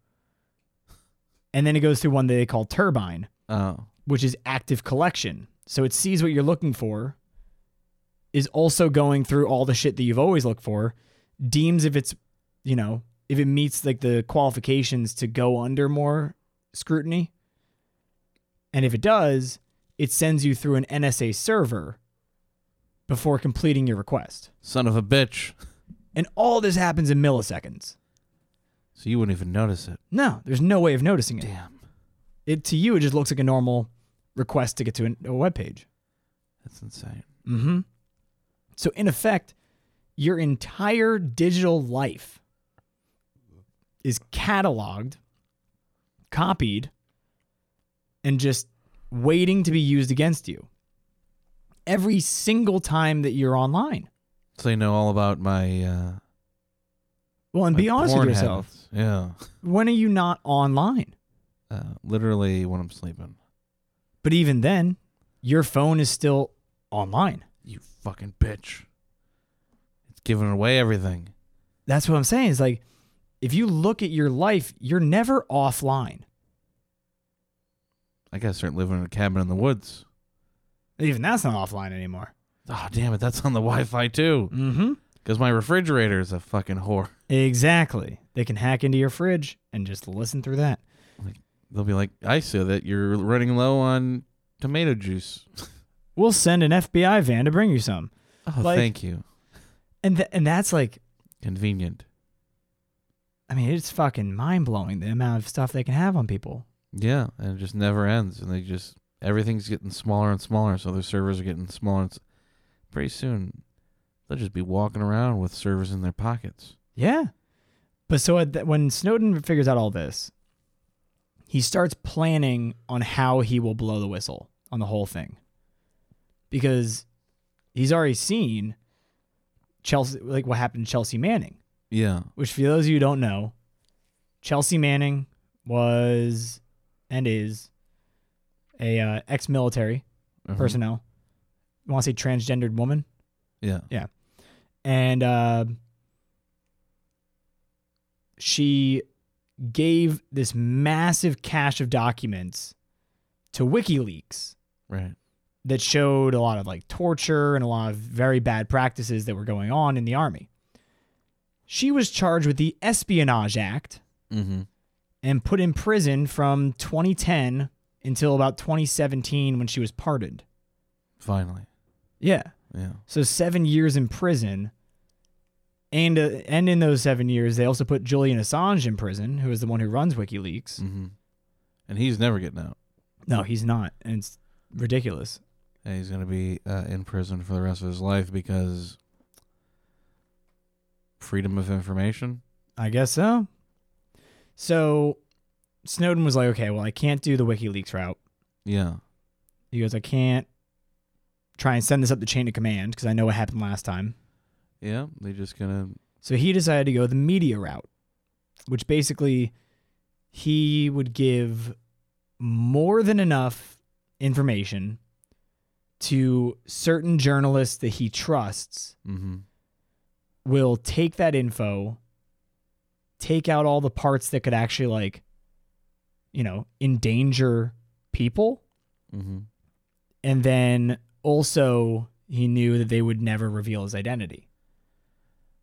S1: And then it goes through one that they call Turbine,
S2: Oh.
S1: which is active collection. So it sees what you're looking for, is also going through all the shit that you've always looked for, deems if it's, you know, if it meets like the qualifications to go under more scrutiny. And if it does, it sends you through an NSA server before completing your request.
S2: Son of a bitch.
S1: And all this happens in milliseconds.
S2: So you wouldn't even notice it.
S1: No, there's no way of noticing it.
S2: Damn.
S1: It to you it just looks like a normal request to get to an, a web page.
S2: That's insane.
S1: Mm-hmm. So in effect, your entire digital life is cataloged, copied, and just waiting to be used against you. Every single time that you're online.
S2: So they know all about my uh
S1: Well, and
S2: my
S1: be honest with
S2: porn
S1: yourself.
S2: habits. Yeah.
S1: When are you not online?
S2: Uh, literally when I'm sleeping.
S1: But even then, your phone is still online.
S2: You fucking bitch. It's giving away everything.
S1: That's what I'm saying. Is like if you look at your life, you're never offline.
S2: I gotta start living in a cabin in the woods.
S1: Even that's not offline anymore.
S2: Oh damn it, that's on the Wi Fi too.
S1: Mm-hmm.
S2: Because my refrigerator is a fucking whore.
S1: Exactly. They can hack into your fridge and just listen through that.
S2: They'll be like, I saw that you're running low on tomato juice.
S1: We'll send an FBI van to bring you some.
S2: Oh,
S1: Like-
S2: thank you.
S1: And th- and that's like
S2: Convenient.
S1: I mean, it's fucking mind blowing the amount of stuff they can have on people.
S2: Yeah, and it just never ends, and they just everything's getting smaller and smaller, so their servers are getting smaller. And s- pretty soon, they'll just be walking around with servers in their pockets.
S1: Yeah. But so at the, when Snowden figures out all this, he starts planning on how he will blow the whistle on the whole thing. Because he's already seen Chelsea, like what happened to Chelsea Manning,
S2: Yeah,
S1: which for those of you who don't know, Chelsea Manning was and is a uh, ex military
S2: Mhm.
S1: personnel. You want to say transgendered woman?
S2: Yeah,
S1: and uh, she gave this massive cache of documents to WikiLeaks
S2: right.
S1: that showed a lot of like torture and a lot of very bad practices that were going on in the army. She was charged with the Espionage Act
S2: Mm-hmm.
S1: and put in prison from 2010 until about 2017 when she was pardoned.
S2: Finally,
S1: Yeah.
S2: yeah.
S1: So seven years in prison, and uh, and in those seven years, they also put Julian Assange in prison, who is the one who runs WikiLeaks.
S2: Mm-hmm. And he's never getting out,
S1: No, he's not, and it's ridiculous.
S2: and he's gonna be uh, in prison for the rest of his life because freedom of information.
S1: I guess so. So Snowden was like, okay, well, I can't do the WikiLeaks route.
S2: Yeah,
S1: He goes, I can't try and send this up the chain of command because I know what happened last time.
S2: yeah. They're just gonna
S1: So he decided to go the media route, which basically he would give more than enough information to certain journalists that he trusts
S2: mm-hmm.
S1: will take that info, take out all the parts that could actually like you know, endanger people
S2: Mm-hmm.
S1: and then also he knew that they would never reveal his identity.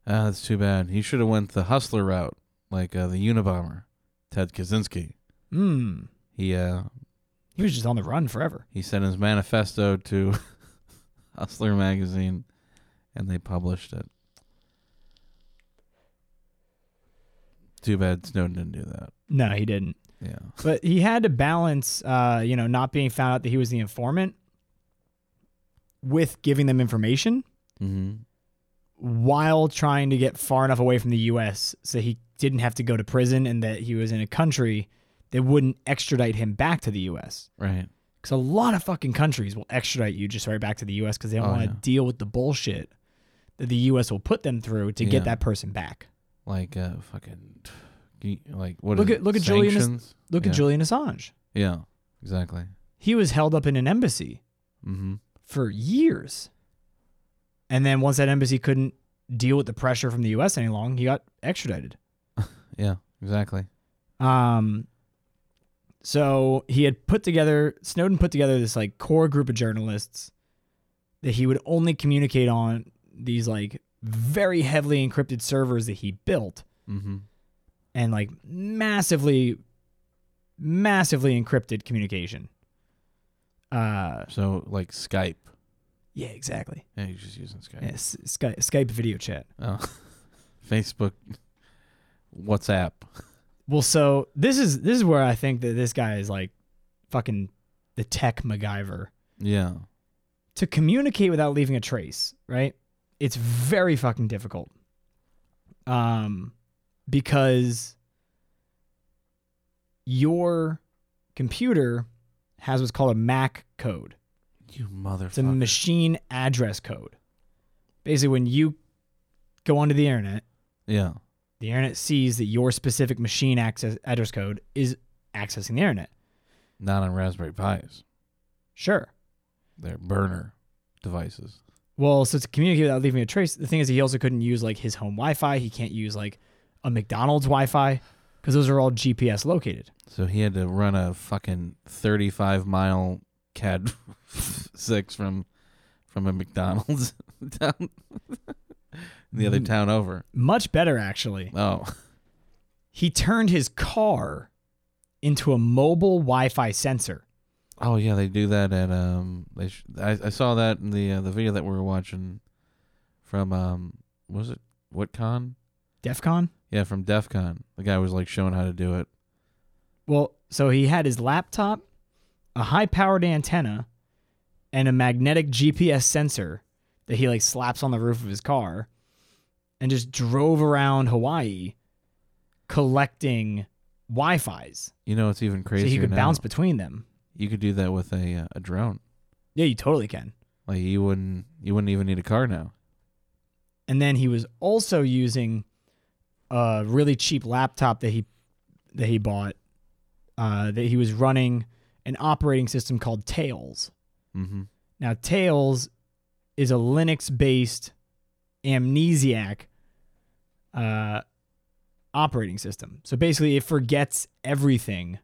S2: Ah, that's too bad. He should have went the hustler route, like uh, the Unabomber, Ted Kaczynski.
S1: Hmm.
S2: He uh,
S1: He was just on the run forever.
S2: he sent his manifesto to *laughs* Hustler magazine, and they published it. Too bad Snowden didn't do that.
S1: No, he didn't.
S2: Yeah,
S1: but he had to balance uh, you know not being found out that he was the informant with giving them information
S2: mm-hmm.
S1: while trying to get far enough away from the US so he didn't have to go to prison and that he was in a country that wouldn't extradite him back to the US
S2: right.
S1: cuz a lot of fucking countries will extradite you just right back to the US cuz they don't
S2: Oh,
S1: want to
S2: yeah.
S1: deal with the bullshit that the US will put them through to
S2: Yeah.
S1: get that person back
S2: Like uh, fucking, g- like what?
S1: Look
S2: is
S1: at-
S2: it?
S1: look at Julian Ass-
S2: Sanctions?
S1: look
S2: yeah.
S1: at Julian Assange
S2: Yeah, exactly.
S1: he was held up in an embassy
S2: Mm-hmm.
S1: for years. And then once that embassy couldn't deal with the pressure from the U.S. any long, he got extradited.
S2: Yeah, exactly.
S1: Um, so he had put together Snowden put together this like core group of journalists that he would only communicate on these like very heavily encrypted servers that he built
S2: Mm-hmm.
S1: and like massively, massively encrypted communication. Uh,
S2: So like Skype.
S1: yeah, exactly.
S2: Yeah, he's just using Skype.
S1: Yeah, S- Skype, Skype video chat.
S2: Oh. *laughs* Facebook, WhatsApp.
S1: Well, so this is this is where I think that this guy is like fucking the tech MacGyver
S2: Yeah.
S1: to communicate without leaving a trace, right? It's very fucking difficult. Um, because your computer has what's called a MAC code.
S2: You motherfucker.
S1: It's a machine address code. Basically, when you go onto the internet,
S2: yeah.
S1: the internet sees that your specific machine access address code is accessing the internet.
S2: Not on Raspberry Pis.
S1: Sure.
S2: They're burner devices.
S1: Well, so to communicate without leaving a trace, the thing is, he also couldn't use like his home Wi Fi. He can't use like a McDonald's Wi Fi because those are all GPS located.
S2: So he had to run a fucking 35 mile *laughs* *laughs* CAD 6 from from a McDonald's down. in the other town over.
S1: Much better, actually.
S2: Oh,
S1: He turned his car into a mobile Wi Fi sensor.
S2: oh yeah, they do that at um. They sh- I I saw that in the uh, the video that we were watching from um. what Was it what con?
S1: DEF CON?
S2: Yeah, from DEF CON. The guy was like showing how to do it.
S1: Well, so he had his laptop, a high powered antenna, and a magnetic GPS sensor that he like slaps on the roof of his car and just drove around Hawaii collecting Wi Fi's
S2: You know, it's even
S1: so
S2: crazier.
S1: he could
S2: now.
S1: bounce between them.
S2: You could do that with a uh, a drone.
S1: Yeah, you totally can.
S2: Like you wouldn't you wouldn't even need a car now.
S1: and then he was also using a really cheap laptop that he that he bought uh, that he was running an operating system called Tails.
S2: Mm-hmm.
S1: Now Tails is a Linux-based amnesiac uh, operating system. So basically, it forgets everything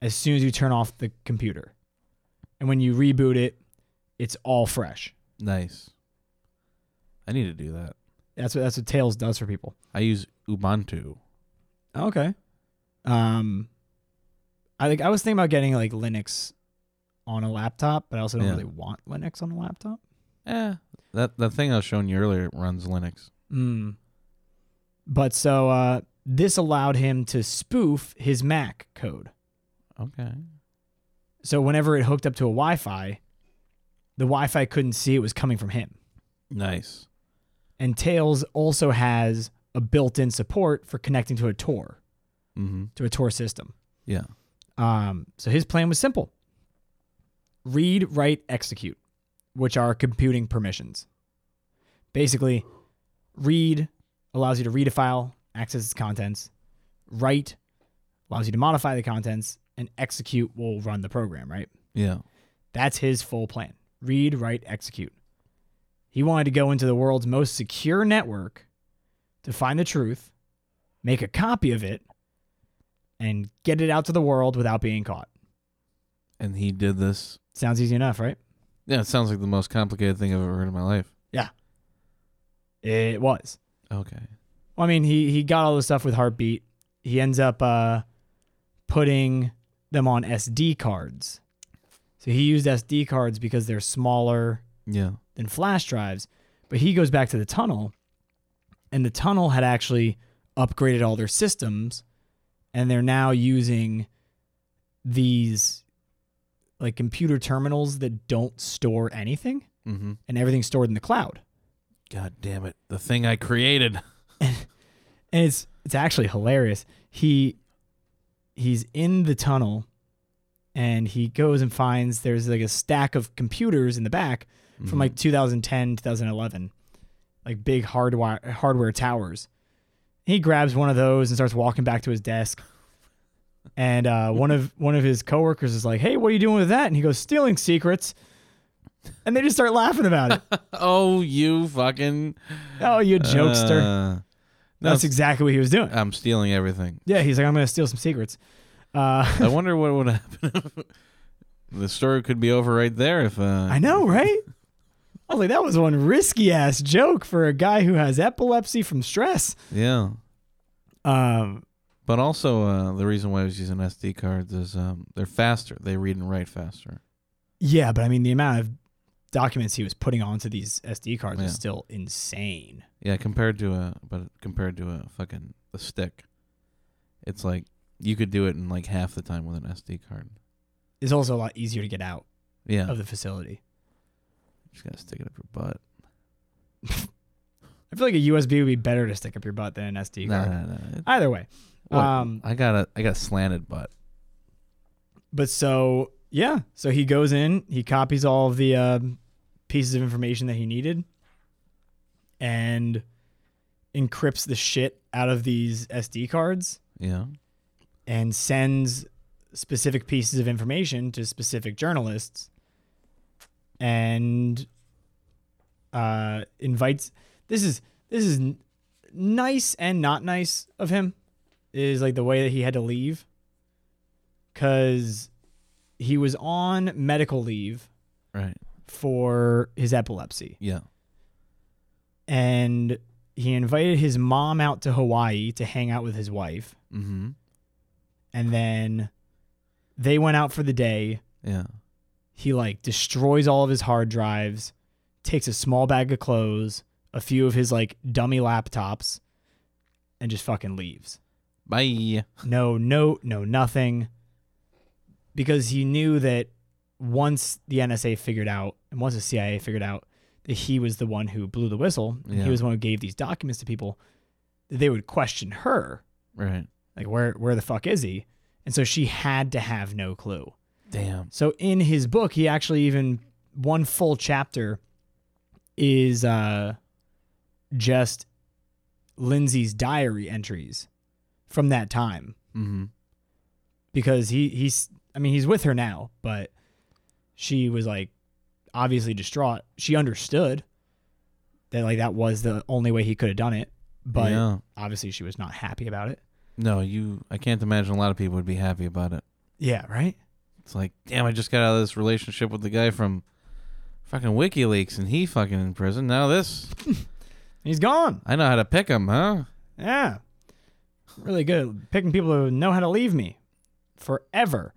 S1: as soon as you turn off the computer, and when you reboot it, it's all fresh.
S2: Nice. I need to do that.
S1: That's what that's what Tails does for people.
S2: I use Ubuntu.
S1: Okay. Um, I think I was thinking about getting like Linux on a laptop, but I also don't
S2: Yeah.
S1: really want Linux on a laptop.
S2: Eh, that that thing I was showing you earlier runs Linux.
S1: Mm. But so uh, this allowed him to spoof his Mac code.
S2: Okay.
S1: So whenever it hooked up to a Wi-Fi, the Wi-Fi couldn't see it was coming from him.
S2: Nice.
S1: And Tails also has a built-in support for connecting to a Tor,
S2: Mm-hmm.
S1: to a Tor system.
S2: Yeah.
S1: Um, so his plan was simple read, write, execute, which are computing permissions. Basically, read allows you to read a file, access its contents, write allows you to modify the contents, and execute will run the program, right?
S2: Yeah.
S1: That's his full plan read, write, execute. He wanted to go into the world's most secure network to find the truth, make a copy of it, and get it out to the world without being caught.
S2: And he did this.
S1: Sounds easy enough, right?
S2: Yeah, it sounds like the most complicated thing I've ever heard in my life.
S1: It was.
S2: Okay.
S1: Well, I mean, he he got all the stuff with Heartbeat. He ends up uh, putting them on SD cards. So he used SD cards because they're smaller
S2: Yeah.
S1: than flash drives. But he goes back to the tunnel, and the tunnel had actually upgraded all their systems, and they're now using these like computer terminals that don't store anything,
S2: Mm-hmm.
S1: and everything's stored in the cloud.
S2: God damn it. The thing I created.
S1: and it's it's actually hilarious. He he's in the tunnel and he goes and finds there's like a stack of computers in the back
S2: Mm-hmm.
S1: from like 2010 2011 like big hardware hardware towers he grabs one of those and starts walking back to his desk and uh, one of one of his coworkers is like hey what are you doing with that and he goes stealing secrets and they just start laughing about it
S2: *laughs* Oh, you fucking
S1: oh you jokester
S2: Uh, no,
S1: that's
S2: That's
S1: exactly what he was doing
S2: I'm stealing everything.
S1: Yeah, he's like, I'm gonna steal some secrets. Uh, *laughs*
S2: I wonder what would *laughs* happen. if- the story could be over right there if uh,
S1: I
S2: *laughs*
S1: know, right? I was like, that was one risky ass joke for a guy who has epilepsy from stress.
S2: Yeah.
S1: Um,
S2: But also, uh, the reason why I was using SD cards is um, they're faster. They read and write faster.
S1: yeah, but I mean, the amount of documents he was putting onto these SD cards was
S2: Yeah.
S1: still insane.
S2: Yeah, compared to a but compared to a fucking a stick, it's like you could do it in like half the time with an SD card.
S1: It's also a lot easier to get out
S2: Yeah,
S1: of the facility.
S2: just gotta stick it up your butt.
S1: I feel like a USB would be better to stick up your butt than an SD
S2: No,
S1: card.
S2: no, no.
S1: Either way. Um,
S2: I got a I got a slanted butt.
S1: But so yeah, so he goes in, he copies all of the um pieces of information that he needed, and encrypts the shit out of these SD cards
S2: Yeah.
S1: and sends specific pieces of information to specific journalists and uh, invites this is this is n- nice and not nice of him is like the way that he had to leave because he was on medical leave
S2: Right.
S1: for his epilepsy
S2: Yeah.
S1: and he invited his mom out to Hawaii to hang out with his wife.
S2: Mm-hmm.
S1: And then they went out for the day.
S2: Yeah.
S1: He like destroys all of his hard drives, takes a small bag of clothes, a few of his like dummy laptops, and just fucking leaves.
S2: Bye.
S1: no note, no nothing. Because he knew that once the NSA figured out and once the CIA figured out that he was the one who blew the whistle, and
S2: Yeah.
S1: he was the one who gave these documents to people, that they would question her.
S2: Right.
S1: Like where where the fuck is he? And so she had to have no clue.
S2: Damn.
S1: So in his book, he actually even one full chapter is uh just Lindsay's diary entries from that time
S2: Mm-hmm.
S1: because he he's I mean he's with her now, but she was like obviously distraught. She understood that like that was the only way he could have done it, but
S2: yeah.
S1: obviously she was not happy about it.
S2: No, you. I can't imagine a lot of people would be happy about it.
S1: Yeah, right?
S2: It's like, damn, I just got out of this relationship with the guy from fucking WikiLeaks, and he fucking in prison. Now this,
S1: He's gone.
S2: I know how to pick him, huh?
S1: Yeah. Really good picking people who know how to leave me forever.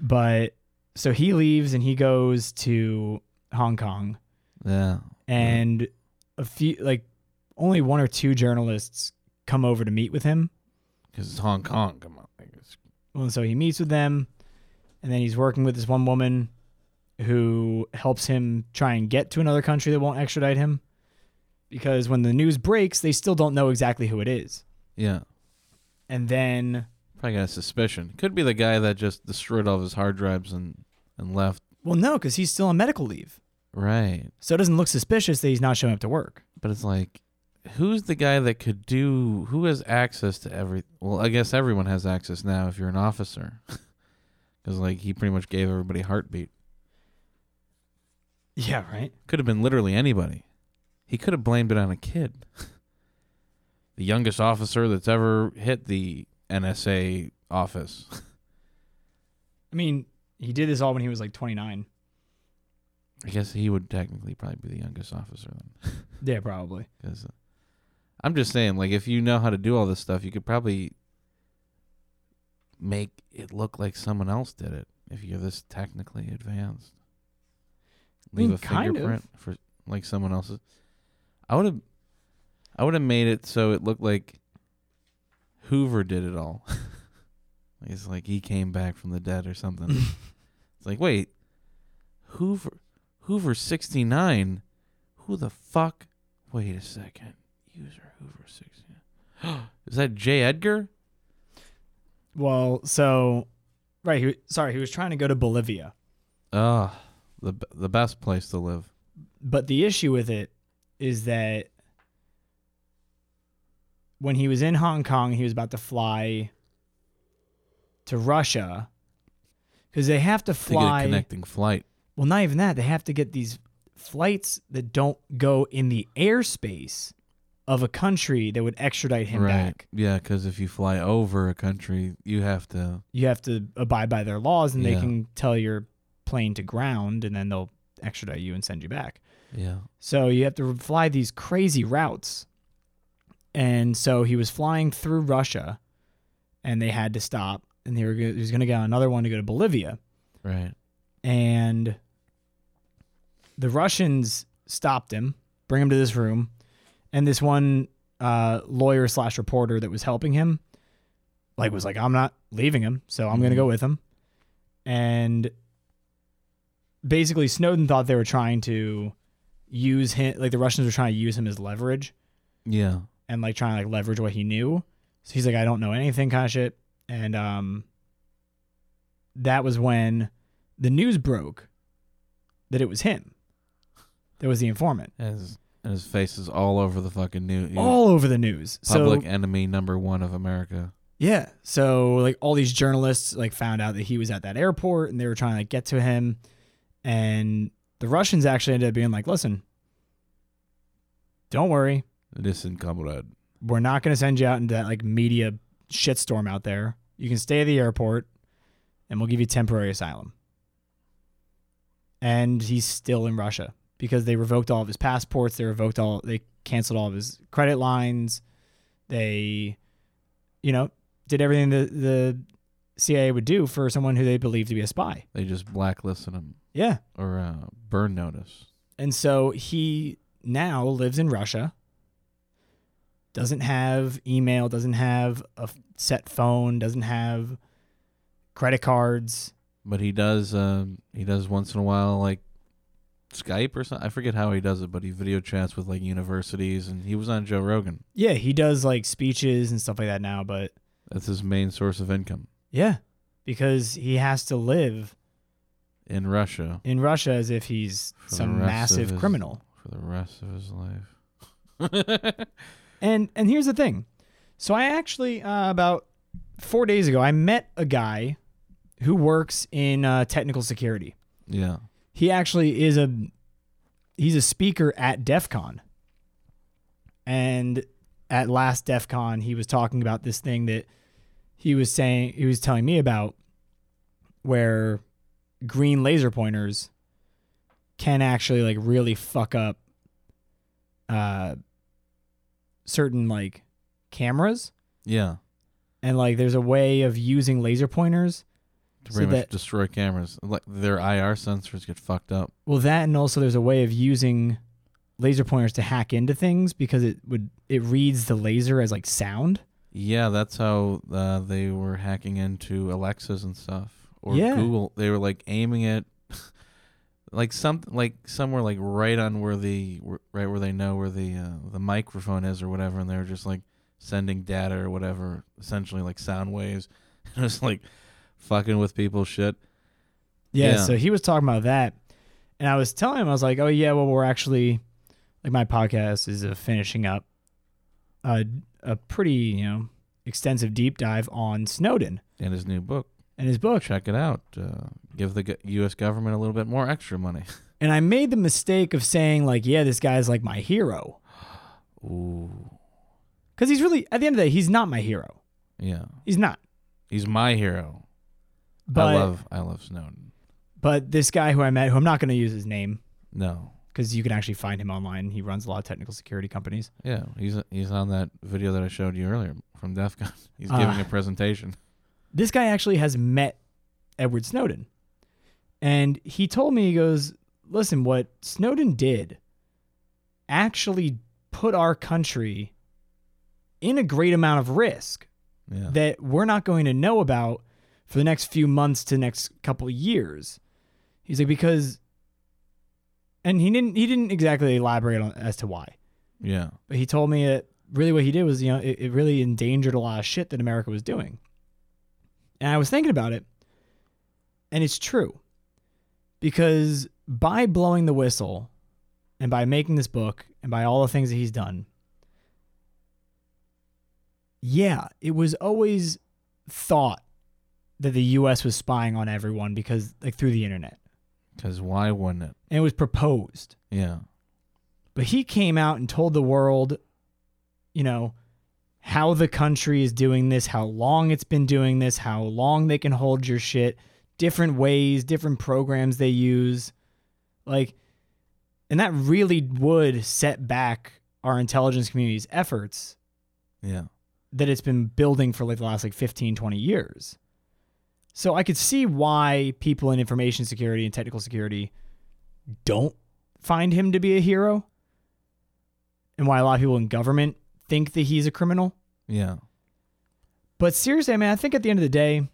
S1: but so he leaves and he goes to Hong Kong.
S2: Yeah.
S1: and a few like only one or two journalists come over to meet with him
S2: Because it's Hong Kong. Come on. Like, it's-
S1: and so he meets with them and then he's working with this one woman who helps him try and get to another country that won't extradite him because when the news breaks they still don't know exactly who it is
S2: Yeah.
S1: and then
S2: Probably got a suspicion. Could be the guy that just destroyed all of his hard drives and, and left.
S1: well no because he's still on medical leave
S2: Right.
S1: so it doesn't look suspicious that he's not showing up to work
S2: But it's like, who's the guy that could do, who has access to every, well, I guess everyone has access now if you're an officer. *laughs* Because, like, he pretty much gave everybody heartbeat.
S1: yeah right
S2: Could have been literally anybody. He could have blamed it on a kid. *laughs* the youngest officer that's ever hit the NSA office. *laughs*
S1: i mean he did this all when he was like 29
S2: I guess he would technically probably be the youngest officer then.
S1: yeah probably
S2: Because uh, I'm just saying, like, if you know how to do all this stuff, you could probably make it look like someone else did it if you're this technically advanced.
S1: I mean,
S2: Leave a
S1: kind of.
S2: fingerprint for like someone else's. I would have, I would have made it so it looked like Hoover did it all. *laughs* it's like he came back from the dead
S1: *laughs*
S2: or something. it's like, wait, Hoover, Hoover sixty nine. Who the fuck? Wait a second. User Hoover sixty nine. *gasps* Is that J. Edgar?
S1: Well, so right, he, wa- sorry, he was trying to go to Bolivia,
S2: Ah, the b- the best place to live.
S1: but the issue with it is that when he was in Hong Kong, he was about to fly to Russia because they have to
S2: To get a
S1: fly.
S2: connecting flight.
S1: well, not even that; they have to get these flights that don't go in the airspace of a country that would extradite him back.
S2: Yeah, because if you fly over a country, you have to.
S1: you have to abide by their laws and
S2: Yeah.
S1: they can tell your plane to ground and then they'll extradite you and send you back.
S2: Yeah.
S1: So you have to fly these crazy routes. And so he was flying through Russia and they had to stop and they were go- he was going to get on another one to go to Bolivia
S2: Right.
S1: and the Russians stopped him, bring him to this room, and this one uh, lawyer slash reporter that was helping him, like was like, "I'm not leaving him, so I'm gonna go with him," and basically Snowden thought they were trying to use him, like the Russians were trying to use him as leverage
S2: Yeah.
S1: and like trying to like leverage what he knew. So he's like, I don't know anything kind of shit. And um that was when the news broke that it was him. That was the informant.
S2: And his, and his face is all over the fucking new
S1: All over the news. Oh,
S2: public
S1: So
S2: enemy number one of America.
S1: yeah. So like all these journalists like found out that he was at that airport and they were trying to like get to him. And the Russians actually ended up being like, listen, don't worry.
S2: Listen, comrade.
S1: we're not going to send you out into that like media shitstorm out there. You can stay at the airport and we'll give you temporary asylum. And he's still in Russia because they revoked all of his passports. They revoked all. They canceled all of his credit lines. They, you know, did everything the the CIA would do for someone who they believed to be a spy.
S2: They just blacklisted him
S1: Yeah.
S2: or uh, burn notice.
S1: And so he now lives in Russia, doesn't have email, doesn't have a f- set phone, doesn't have credit cards.
S2: But he does. Um, he does once in a while, like Skype or something. I forget how he does it, but he video chats with like universities, and he was on Joe Rogan.
S1: Yeah, he does like speeches and stuff like that now, but
S2: That's his main source of income
S1: yeah, because he has to live
S2: in Russia
S1: in Russia as if he's
S2: For the
S1: some
S2: rest of
S1: massive
S2: his-
S1: criminal.
S2: for the rest of his life.
S1: And and here's the thing. So I actually uh, about 4 days ago I met a guy who works in uh, technical security.
S2: yeah.
S1: he actually is a he's a speaker at def con and at last def con he was talking about this thing that he was saying he was telling me about where green laser pointers can actually like really fuck up uh certain like cameras
S2: Yeah.
S1: and like there's a way of using laser pointers
S2: To
S1: So
S2: pretty much
S1: that-
S2: destroy cameras. Like their IR sensors get fucked up.
S1: Well, that and also there's a way of using laser pointers to hack into things because it would it reads the laser as like sound.
S2: Yeah, that's how uh, they were hacking into Alexas and stuff or
S1: Yeah.
S2: Google. They were like aiming it *laughs* like some like somewhere like right on where the right where they know where the uh, the microphone is or whatever, and they were just like sending data or whatever, essentially like sound waves, *laughs* and it's like fucking with people's shit.
S1: Yeah,
S2: Yeah.
S1: So he was talking about that, and I was telling him I was like, oh yeah, well we're actually like my podcast is uh, finishing up a a pretty you know extensive deep dive on Snowden
S2: And his new book,
S1: and his book.
S2: check it out. Uh, give the go- U.S. government a little bit more extra money. *laughs*
S1: And I made the mistake of saying like, yeah, this guy's like my hero
S2: *gasps* Ooh,
S1: because he's really at the end of the day he's not my hero.
S2: yeah,
S1: He's not.
S2: he's my hero.
S1: But
S2: I love I love Snowden.
S1: but this guy who I met, who I'm not going to use his name.
S2: No,
S1: because you can actually find him online. He runs a lot of technical security companies.
S2: Yeah, he's he's on that video that I showed you earlier from DEF CON. *laughs* He's giving
S1: Ah.
S2: a presentation.
S1: This guy actually has met Edward Snowden. And he told me, he goes, listen, what Snowden did actually put our country in a great amount of risk
S2: Yeah,
S1: that we're not going to know about for the next few months to next couple years. He's like, because and he didn't he didn't exactly elaborate on as to why.
S2: yeah,
S1: But he told me that really what he did was, you know, it, it really endangered a lot of shit that America was doing. And I was thinking about it, and it's true. Because by blowing the whistle and by making this book and by all the things that he's done, yeah, it was always thought that the US was spying on everyone because, like, through the internet.
S2: because why wouldn't it?
S1: And it was proposed.
S2: Yeah,
S1: But he came out and told the world, you know, how the country is doing this, how long it's been doing this, how long they can hold your shit, different ways, different programs they use. Like, and that really would set back our intelligence community's efforts
S2: yeah,
S1: that it's been building for like the last like 15 20 years so i could see why people in information security and technical security don't find him to be a hero and why a lot of people in government think that he's a criminal
S2: yeah.
S1: but seriously i mean i think at the end of the day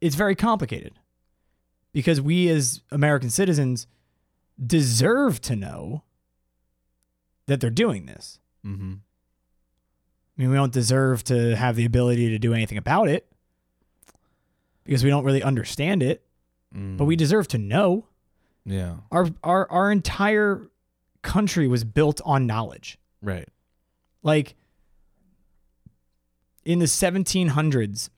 S1: it's very complicated because we as american citizens deserve to know that they're doing this
S2: Mm-hmm.
S1: I mean, we don't deserve to have the ability to do anything about it because we don't really understand it,
S2: Mm.
S1: but we deserve to know.
S2: yeah,
S1: Our our our entire country was built on knowledge.
S2: right.
S1: Like in the 1700s,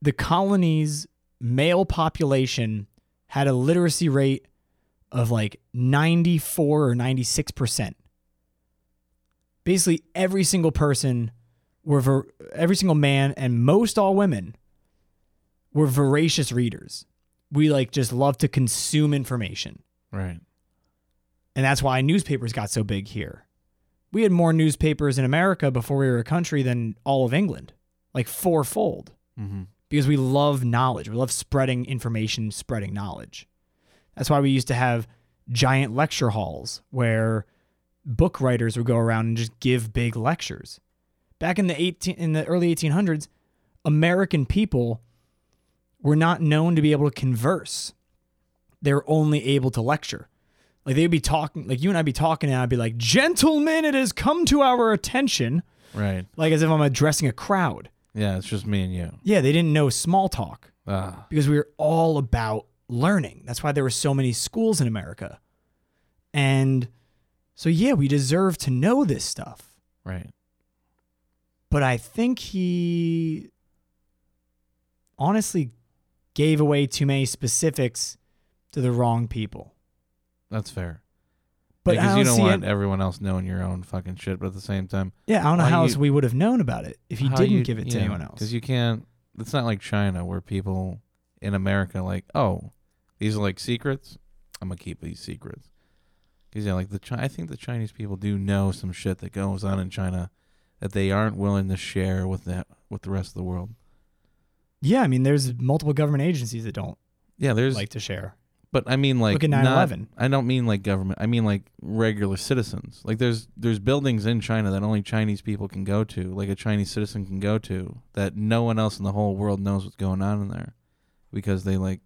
S1: the colonies male population had a literacy rate of like 94 or 96%. Basically every single person were ver- every single man and most all women were voracious readers. we like just love to consume information.
S2: Right.
S1: And that's why newspapers got so big here. We had more newspapers in America before we were a country than all of England, like fourfold,
S2: Mm-hmm.
S1: because we love knowledge. We love spreading information, spreading knowledge. That's why we used to have giant lecture halls where book writers would go around and just give big lectures. Back in the 18 in the early 1800s, American people were not known to be able to converse. They were only able to lecture. Like they'd be talking, like you and I'd be talking, and I'd be like, "Gentlemen, it has come to our attention,"
S2: Right.
S1: like as if I'm addressing a crowd.
S2: Yeah, it's just me and you.
S1: Yeah, they didn't know small talk
S2: Ah.
S1: because we were all about learning. That's why there were so many schools in America. And so, yeah, we deserve to know this stuff.
S2: Right.
S1: But I think he honestly gave away too many specifics to the wrong people.
S2: That's fair.
S1: But I
S2: because
S1: don't
S2: you don't
S1: see
S2: want
S1: it.
S2: everyone else knowing your own fucking shit, but at the same time,
S1: Yeah, I don't know
S2: why
S1: how
S2: you-
S1: else we would have known about it if he
S2: how
S1: didn't
S2: you-
S1: give it to
S2: yeah,
S1: anyone else.
S2: Because you can't. It's not like China where people in America are like, oh, these are like secrets. I'm gonna keep these secrets. Because yeah, like the Chi- I think the Chinese people do know some shit that goes on in China that they aren't willing to share with that with the rest of the world.
S1: yeah, I mean, there's multiple government agencies that don't
S2: Yeah, there's
S1: like to share.
S2: But I mean, like
S1: Look at
S2: not-
S1: 9/11.
S2: I don't mean like government. I mean like regular citizens. Like there's there's buildings in China that only Chinese people can go to. Like a Chinese citizen can go to that no one else in the whole world knows what's going on in there, because they like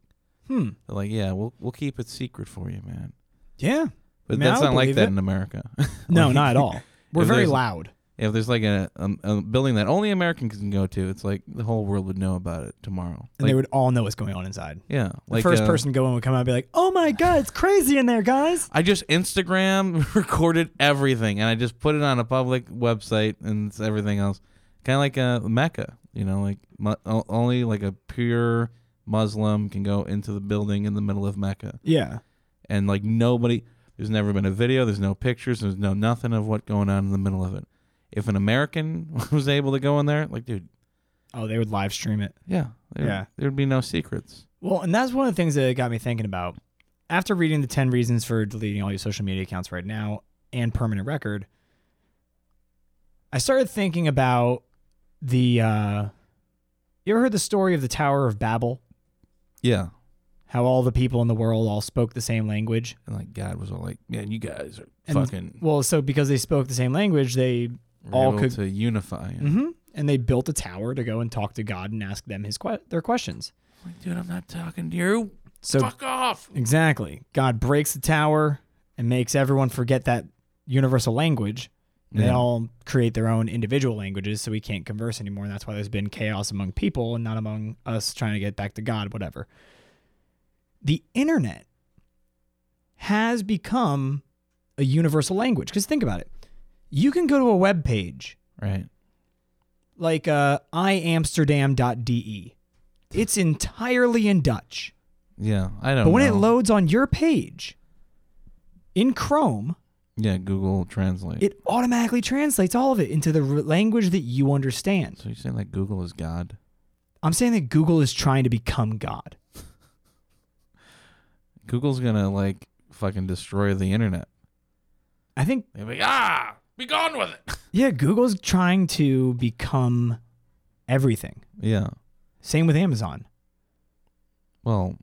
S1: Hmm.
S2: they're like yeah we'll we'll keep it secret for you, man.
S1: Yeah.
S2: But
S1: Man, I
S2: that's
S1: would
S2: not like
S1: believe
S2: that
S1: it.
S2: in America.
S1: *laughs* No,
S2: *laughs* Like,
S1: not at all. We're
S2: if
S1: very
S2: there's-
S1: loud.
S2: If there's like a, um, a a building that only Americans can go to, it's like the whole world would know about it tomorrow.
S1: And
S2: Like,
S1: they would all know what's going on inside.
S2: yeah,
S1: The
S2: like
S1: first
S2: uh,
S1: person to go in would come out and be like, "Oh my god, it's crazy in there, guys!"
S2: I just Instagram *laughs* recorded everything and I just put it on a public website and it's everything else. Kind of like a Mecca, you know, like mu- o- only like a pure Muslim can go into the building in the middle of Mecca.
S1: Yeah,
S2: And like nobody, there's never been a video, there's no pictures, there's no nothing of what going on in the middle of it. If an American *laughs* was able to go in there, like, dude,
S1: Oh, they would live stream it.
S2: yeah, there,
S1: Yeah.
S2: there'd be no secrets.
S1: Well, and that's one of the things that got me thinking about. After reading the 10 reasons for deleting all your social media accounts right now and permanent record, I started thinking about the. Uh, you ever heard the story of the Tower of Babel?
S2: Yeah.
S1: How all the people in the world all spoke the same language?
S2: And like God was all like, man, you guys are
S1: And-
S2: fucking
S1: Well, so because they spoke the same language, they
S2: were
S1: all
S2: able
S1: could-
S2: to unify. And
S1: hmm and they built a tower to go and talk to God and ask them his que- their questions.
S2: Like, dude, I'm not talking to you.
S1: So
S2: Fuck off.
S1: Exactly. God breaks the tower and makes everyone forget that universal language. And They
S2: Yeah.
S1: all create their own individual languages, so we can't converse anymore. And that's why there's been chaos among people and not among us trying to get back to God, whatever. The internet has become a universal language. Because think about it you can go to a web page
S2: Right.
S1: like uh, iamsterdam.de, it's entirely in Dutch.
S2: Yeah, I don't.
S1: But when it
S2: know.
S1: loads on your page in Chrome,
S2: yeah, Google Translate.
S1: it automatically translates all of it into the r- language that you understand.
S2: so you're saying like Google is God?
S1: I'm saying that Google is trying to become God.
S2: Google's gonna like fucking destroy the internet.
S1: I think,
S2: They'll be ah, be gone with it. *laughs*
S1: yeah, Google's trying to become everything.
S2: yeah.
S1: Same with Amazon.
S2: Well,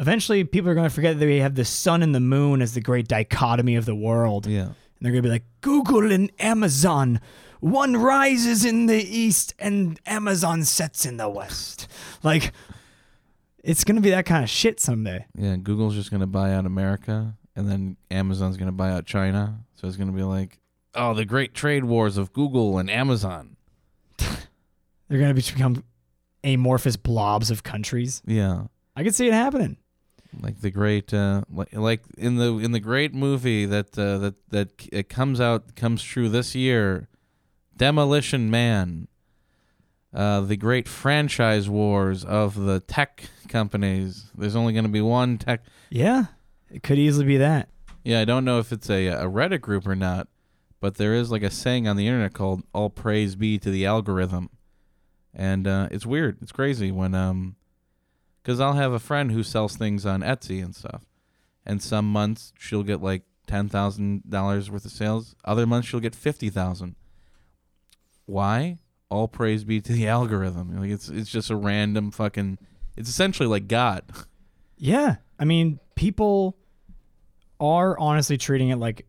S1: Eventually, people are going to forget that we have the sun and the moon as the great dichotomy of the world. And
S2: yeah.
S1: they're going to be like, Google and Amazon. One rises in the east and Amazon sets in the west. Like, it's going to be that kind of shit someday.
S2: Yeah, Google's just gonna buy out America, and then Amazon's gonna buy out China. So it's gonna be like, oh, the great trade wars of Google and Amazon.
S1: They're going to become amorphous blobs of countries.
S2: Yeah,
S1: I could see it happening.
S2: like the great, uh, like, like in the in the great movie that uh, that that it comes out comes true this year, Demolition Man. Uh, the great franchise wars of the tech companies. There's only going to be one tech.
S1: Yeah, it could easily be that.
S2: Yeah, I don't know if it's a, a Reddit group or not, but there is like a saying on the internet called "All praise be to the algorithm," and uh, it's weird. It's crazy when um, because I'll have a friend who sells things on Etsy and stuff, and some months she'll get like ten thousand dollars worth of sales. Other months she'll get fifty thousand. Why? All praise be to the *laughs* algorithm. Like it's it's just a random fucking. It's essentially like God. *laughs*
S1: Yeah. I mean, people are honestly treating it like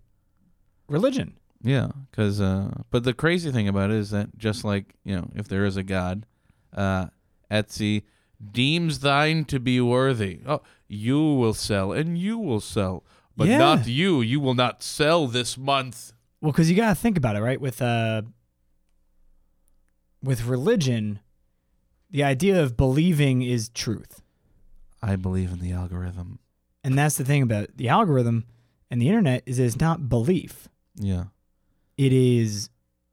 S1: religion.
S2: Yeah, because uh, but the crazy thing about it is that just like you know, if there is a god, uh, Etsy deems thine to be worthy. Oh, you will sell, and you will sell, but
S1: Yeah.
S2: not you. You will not sell this month.
S1: Well, because you got to think about it, right? With uh, with religion, the idea of believing is truth,
S2: I believe in the algorithm.
S1: and that's the thing about the algorithm and the internet is it's not belief;
S2: Yeah.
S1: it is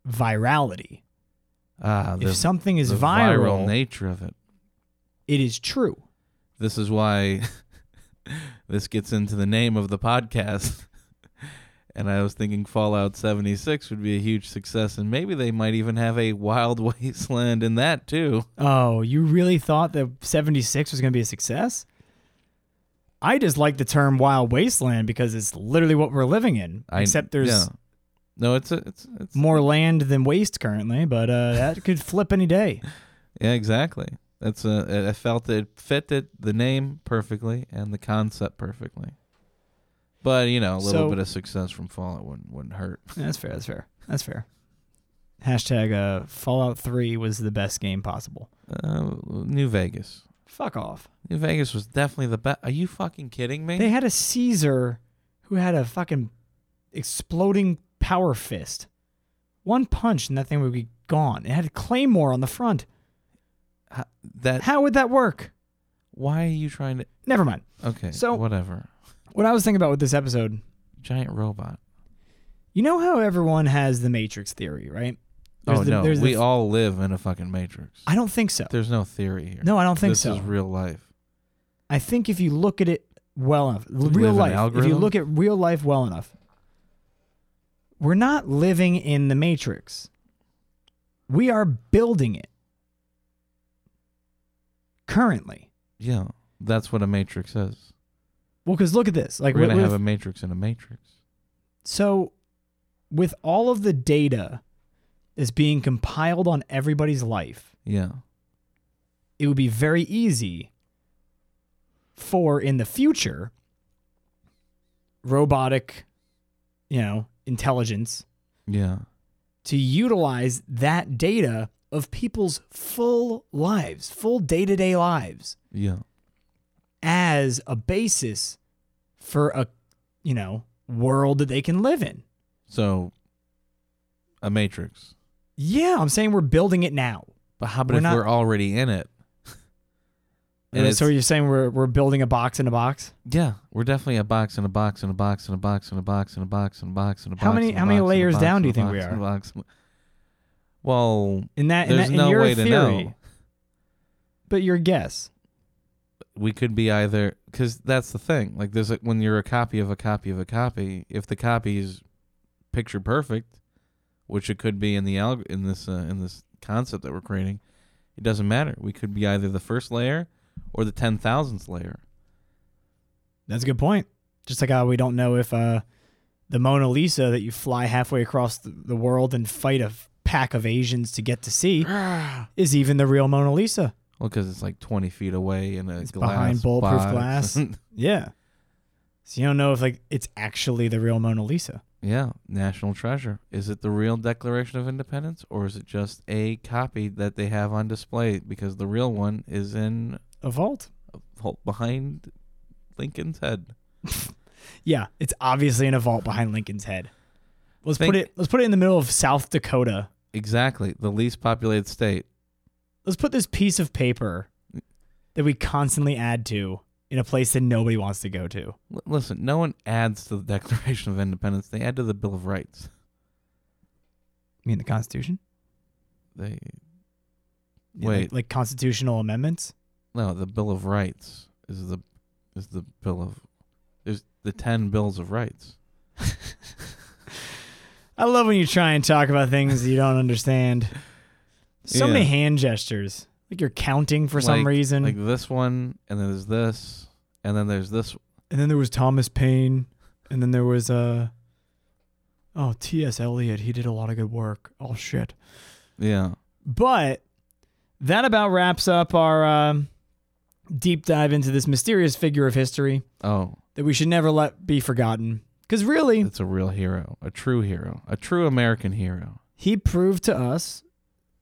S1: virality.
S2: Ah, the,
S1: if something is
S2: the
S1: viral,
S2: nature of it.
S1: it is true.
S2: This is why *laughs* this gets into the name of the podcast. *laughs* and I was thinking Fallout 76 would be a huge success, and maybe they might even have a wild *laughs* wasteland in that too.
S1: Oh, you really thought that 76 was going to be a success? I just like the term wild wasteland because it's literally what we're living in.
S2: I,
S1: except there's
S2: yeah. no, it's a, it's it's
S1: more land than waste currently, but uh, that could flip any day.
S2: yeah exactly. That's a I felt that it fit it, the name perfectly and the concept perfectly. But you know, a little
S1: So-
S2: bit of success from Fallout wouldn't wouldn't hurt.
S1: *laughs* That's fair. That's fair. That's fair. Hashtag uh, Fallout 3 was the best game possible.
S2: Uh, New Vegas.
S1: Fuck off.
S2: New Vegas was definitely the best. Are you fucking kidding me?
S1: They had a Caesar who had a fucking exploding power fist. One punch and that thing would be gone. It had a claymore on the front.
S2: How- that
S1: How would that work?
S2: why are you trying to
S1: Never mind.
S2: okay
S1: So-
S2: so whatever
S1: What I was thinking about with this episode,
S2: giant robot
S1: you know how everyone has the Matrix theory, right? There's
S2: oh
S1: the-
S2: no
S1: there's the
S2: we
S1: f-
S2: all live in a fucking matrix
S1: I don't think so.
S2: there's no theory here
S1: No, I don't think
S2: this
S1: so.
S2: is real life
S1: I think if you look at it well enough, l-
S2: live
S1: real
S2: in
S1: life, if you
S2: algorithm?
S1: look at real life well enough, we're not living in the matrix. We are building it currently.
S2: yeah that's what a matrix is
S1: Well, because look at this. Like,
S2: we're
S1: with-
S2: gonna have
S1: with-
S2: a matrix in a matrix
S1: so with all of the data that's being compiled on everybody's life,
S2: yeah
S1: it would be very easy for in the future robotic you know intelligence
S2: yeah
S1: to utilize that data of people's full lives full day-to-day lives
S2: yeah
S1: as a basis for a you know world that they can live in
S2: so a matrix
S1: yeah i'm saying we're building it now
S2: but how about
S1: We're
S2: if
S1: not-
S2: we're already in it And
S1: Uh,
S2: it's-
S1: so you're saying we're, we're building a box in a box
S2: yeah we're definitely a box and a box and a box and a box and a box and a box and a box and a box
S1: How many-
S2: and a
S1: how many
S2: box and a
S1: layers
S2: box
S1: down
S2: and
S1: do
S2: a
S1: you think
S2: box
S1: we
S2: and a
S1: are?
S2: box and- well
S1: in that, in,
S2: there's
S1: that, in
S2: no
S1: your
S2: way
S1: theory
S2: to know
S1: but your guess
S2: we could be either because that's the thing. Like there's a, when you're a copy of a copy of a copy. If the copy is picture perfect, which it could be in the alg- in this uh, in this concept that we're creating, it doesn't matter. We could be either the first layer or the ten thousandth layer.
S1: That's a good point. Just like how we don't know if uh, the Mona Lisa that you fly halfway across the, the world and fight a f- pack of Asians to get to see is even the real Mona Lisa.
S2: Well, because it's like twenty feet away in a
S1: It's
S2: glass
S1: behind bulletproof
S2: box. *laughs*
S1: glass. Yeah. So you don't know if like it's actually the real Mona Lisa.
S2: yeah, national treasure. Is it the real Declaration of Independence or is it just a copy that they have on display? Because the real one is in
S1: A vault.
S2: vault behind Lincoln's head.
S1: Yeah, it's obviously in a vault behind Lincoln's head. Let's
S2: Think-
S1: put it let's put it in the middle of South Dakota.
S2: Exactly, the least populated state.
S1: Let's put this piece of paper that we constantly add to in a place that nobody wants to go to.
S2: L- listen, no one adds to the *laughs* Declaration of Independence. They add to the Bill of Rights.
S1: You mean the Constitution?
S2: They
S1: Yeah, like-
S2: Wait.
S1: like constitutional amendments?
S2: no, the Bill of Rights is the is the Bill of there's the ten Bills of Rights.
S1: I love when you try and talk about things you don't understand. So
S2: Yeah.
S1: many hand gestures. Like you're counting for some
S2: Like-
S1: reason.
S2: Like this one, and then there's this, and then there's this.
S1: and then there was Thomas Paine, and then there was uh oh T.S. Eliot. He did a lot of good work. Oh shit.
S2: Yeah.
S1: But that about wraps up our um, deep dive into this mysterious figure of history
S2: Oh,
S1: that we should never let be forgotten. Because really,
S2: it's a real hero, a true hero, a true American hero.
S1: he proved to us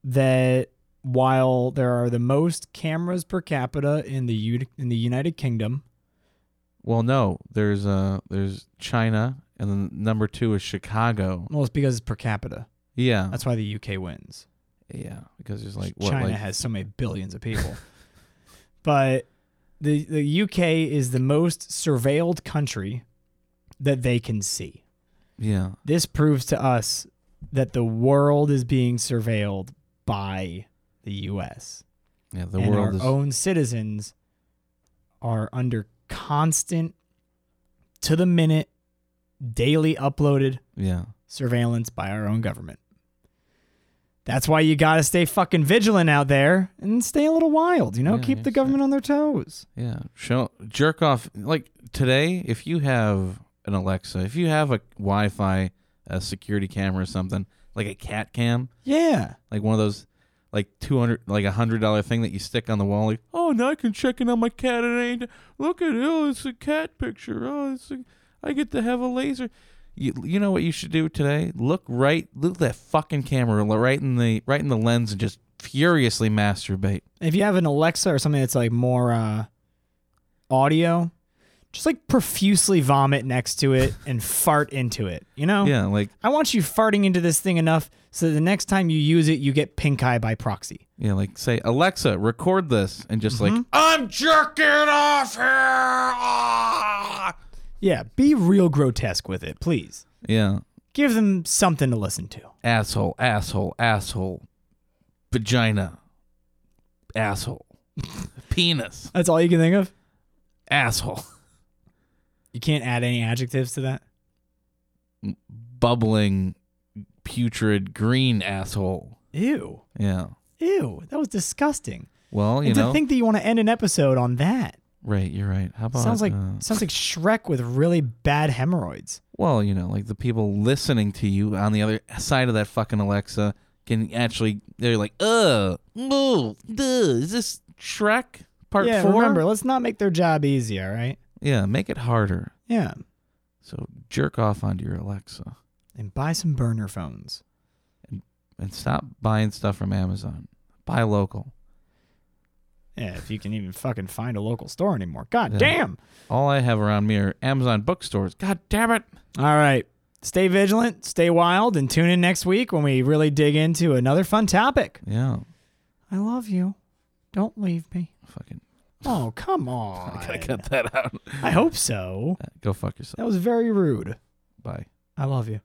S1: that while there are the most cameras per capita in the U- in the United Kingdom,
S2: Well, no, there's uh, there's China, and then number two is Chicago.
S1: well, it's because it's per capita.
S2: Yeah,
S1: That's why the UK wins.
S2: yeah, because there's like what,
S1: China
S2: like
S1: has so many billions of people, *laughs* but the the UK is the most surveilled country that they can see.
S2: yeah,
S1: This proves to us that the world is being surveilled by the US.
S2: yeah. The
S1: and
S2: world
S1: our
S2: is
S1: own citizens are under constant to the minute daily uploaded
S2: yeah,
S1: surveillance by our own government. That's why you got to stay fucking vigilant out there and stay a little wild, you know,
S2: Yeah,
S1: keep the
S2: yes,
S1: government on their toes.
S2: yeah. Show jerk off like today. If you have an Alexa, if you have a Wi-Fi, a security camera or something like a cat cam,
S1: Yeah.
S2: like one of those like 200 like a hundred dollar thing that you stick on the wall like oh now i can check in on my cat and ain't look at it oh it's a cat picture oh it's a, i get to have a laser you, you know what you should do today look right look at that fucking camera lo- right in the right in the lens and just furiously masturbate
S1: if you have an Alexa or something that's like more uh, audio, just like profusely vomit next to it and *laughs* fart into it. You know,
S2: yeah like
S1: I want you farting into this thing enough so that the next time you use it, you get pink eye by proxy.
S2: yeah like say alexa record this and just like i'm jerking off here Ah!
S1: Yeah, be real grotesque with it, please.
S2: yeah
S1: Give them something to listen to.
S2: asshole, asshole, asshole, vagina, asshole, *laughs* penis,
S1: That's all you can think of.
S2: asshole,
S1: You can't add any adjectives to that.
S2: bubbling, putrid, green asshole.
S1: Ew,
S2: Yeah.
S1: ew, that was disgusting.
S2: Well, you
S1: and
S2: know,
S1: to think that you want to end an episode on that
S2: right? You're right. How about
S1: sounds like
S2: uh,
S1: sounds like Shrek with really bad hemorrhoids.
S2: well, you know, like the people listening to you on the other side of that fucking Alexa can actually they're like, uh, no, duh, is this Shrek part
S1: yeah,
S2: four?
S1: remember, let's not make their job easy, all right?
S2: Yeah, make it harder.
S1: Yeah.
S2: So jerk off onto your Alexa
S1: And buy some burner phones.
S2: and stop buying stuff from Amazon. Buy local.
S1: Yeah, if you can even fucking find a local store anymore. God
S2: Yeah.
S1: damn.
S2: All I have around me are Amazon bookstores. God damn it.
S1: All right. Stay vigilant, stay wild, and tune in next week when we really dig into another fun topic.
S2: Yeah.
S1: I love you. Don't leave me.
S2: Fucking
S1: Oh, come on.
S2: gotta cut that out.
S1: I hope so.
S2: uh, Go fuck yourself.
S1: That was very rude.
S2: Bye.
S1: I love you.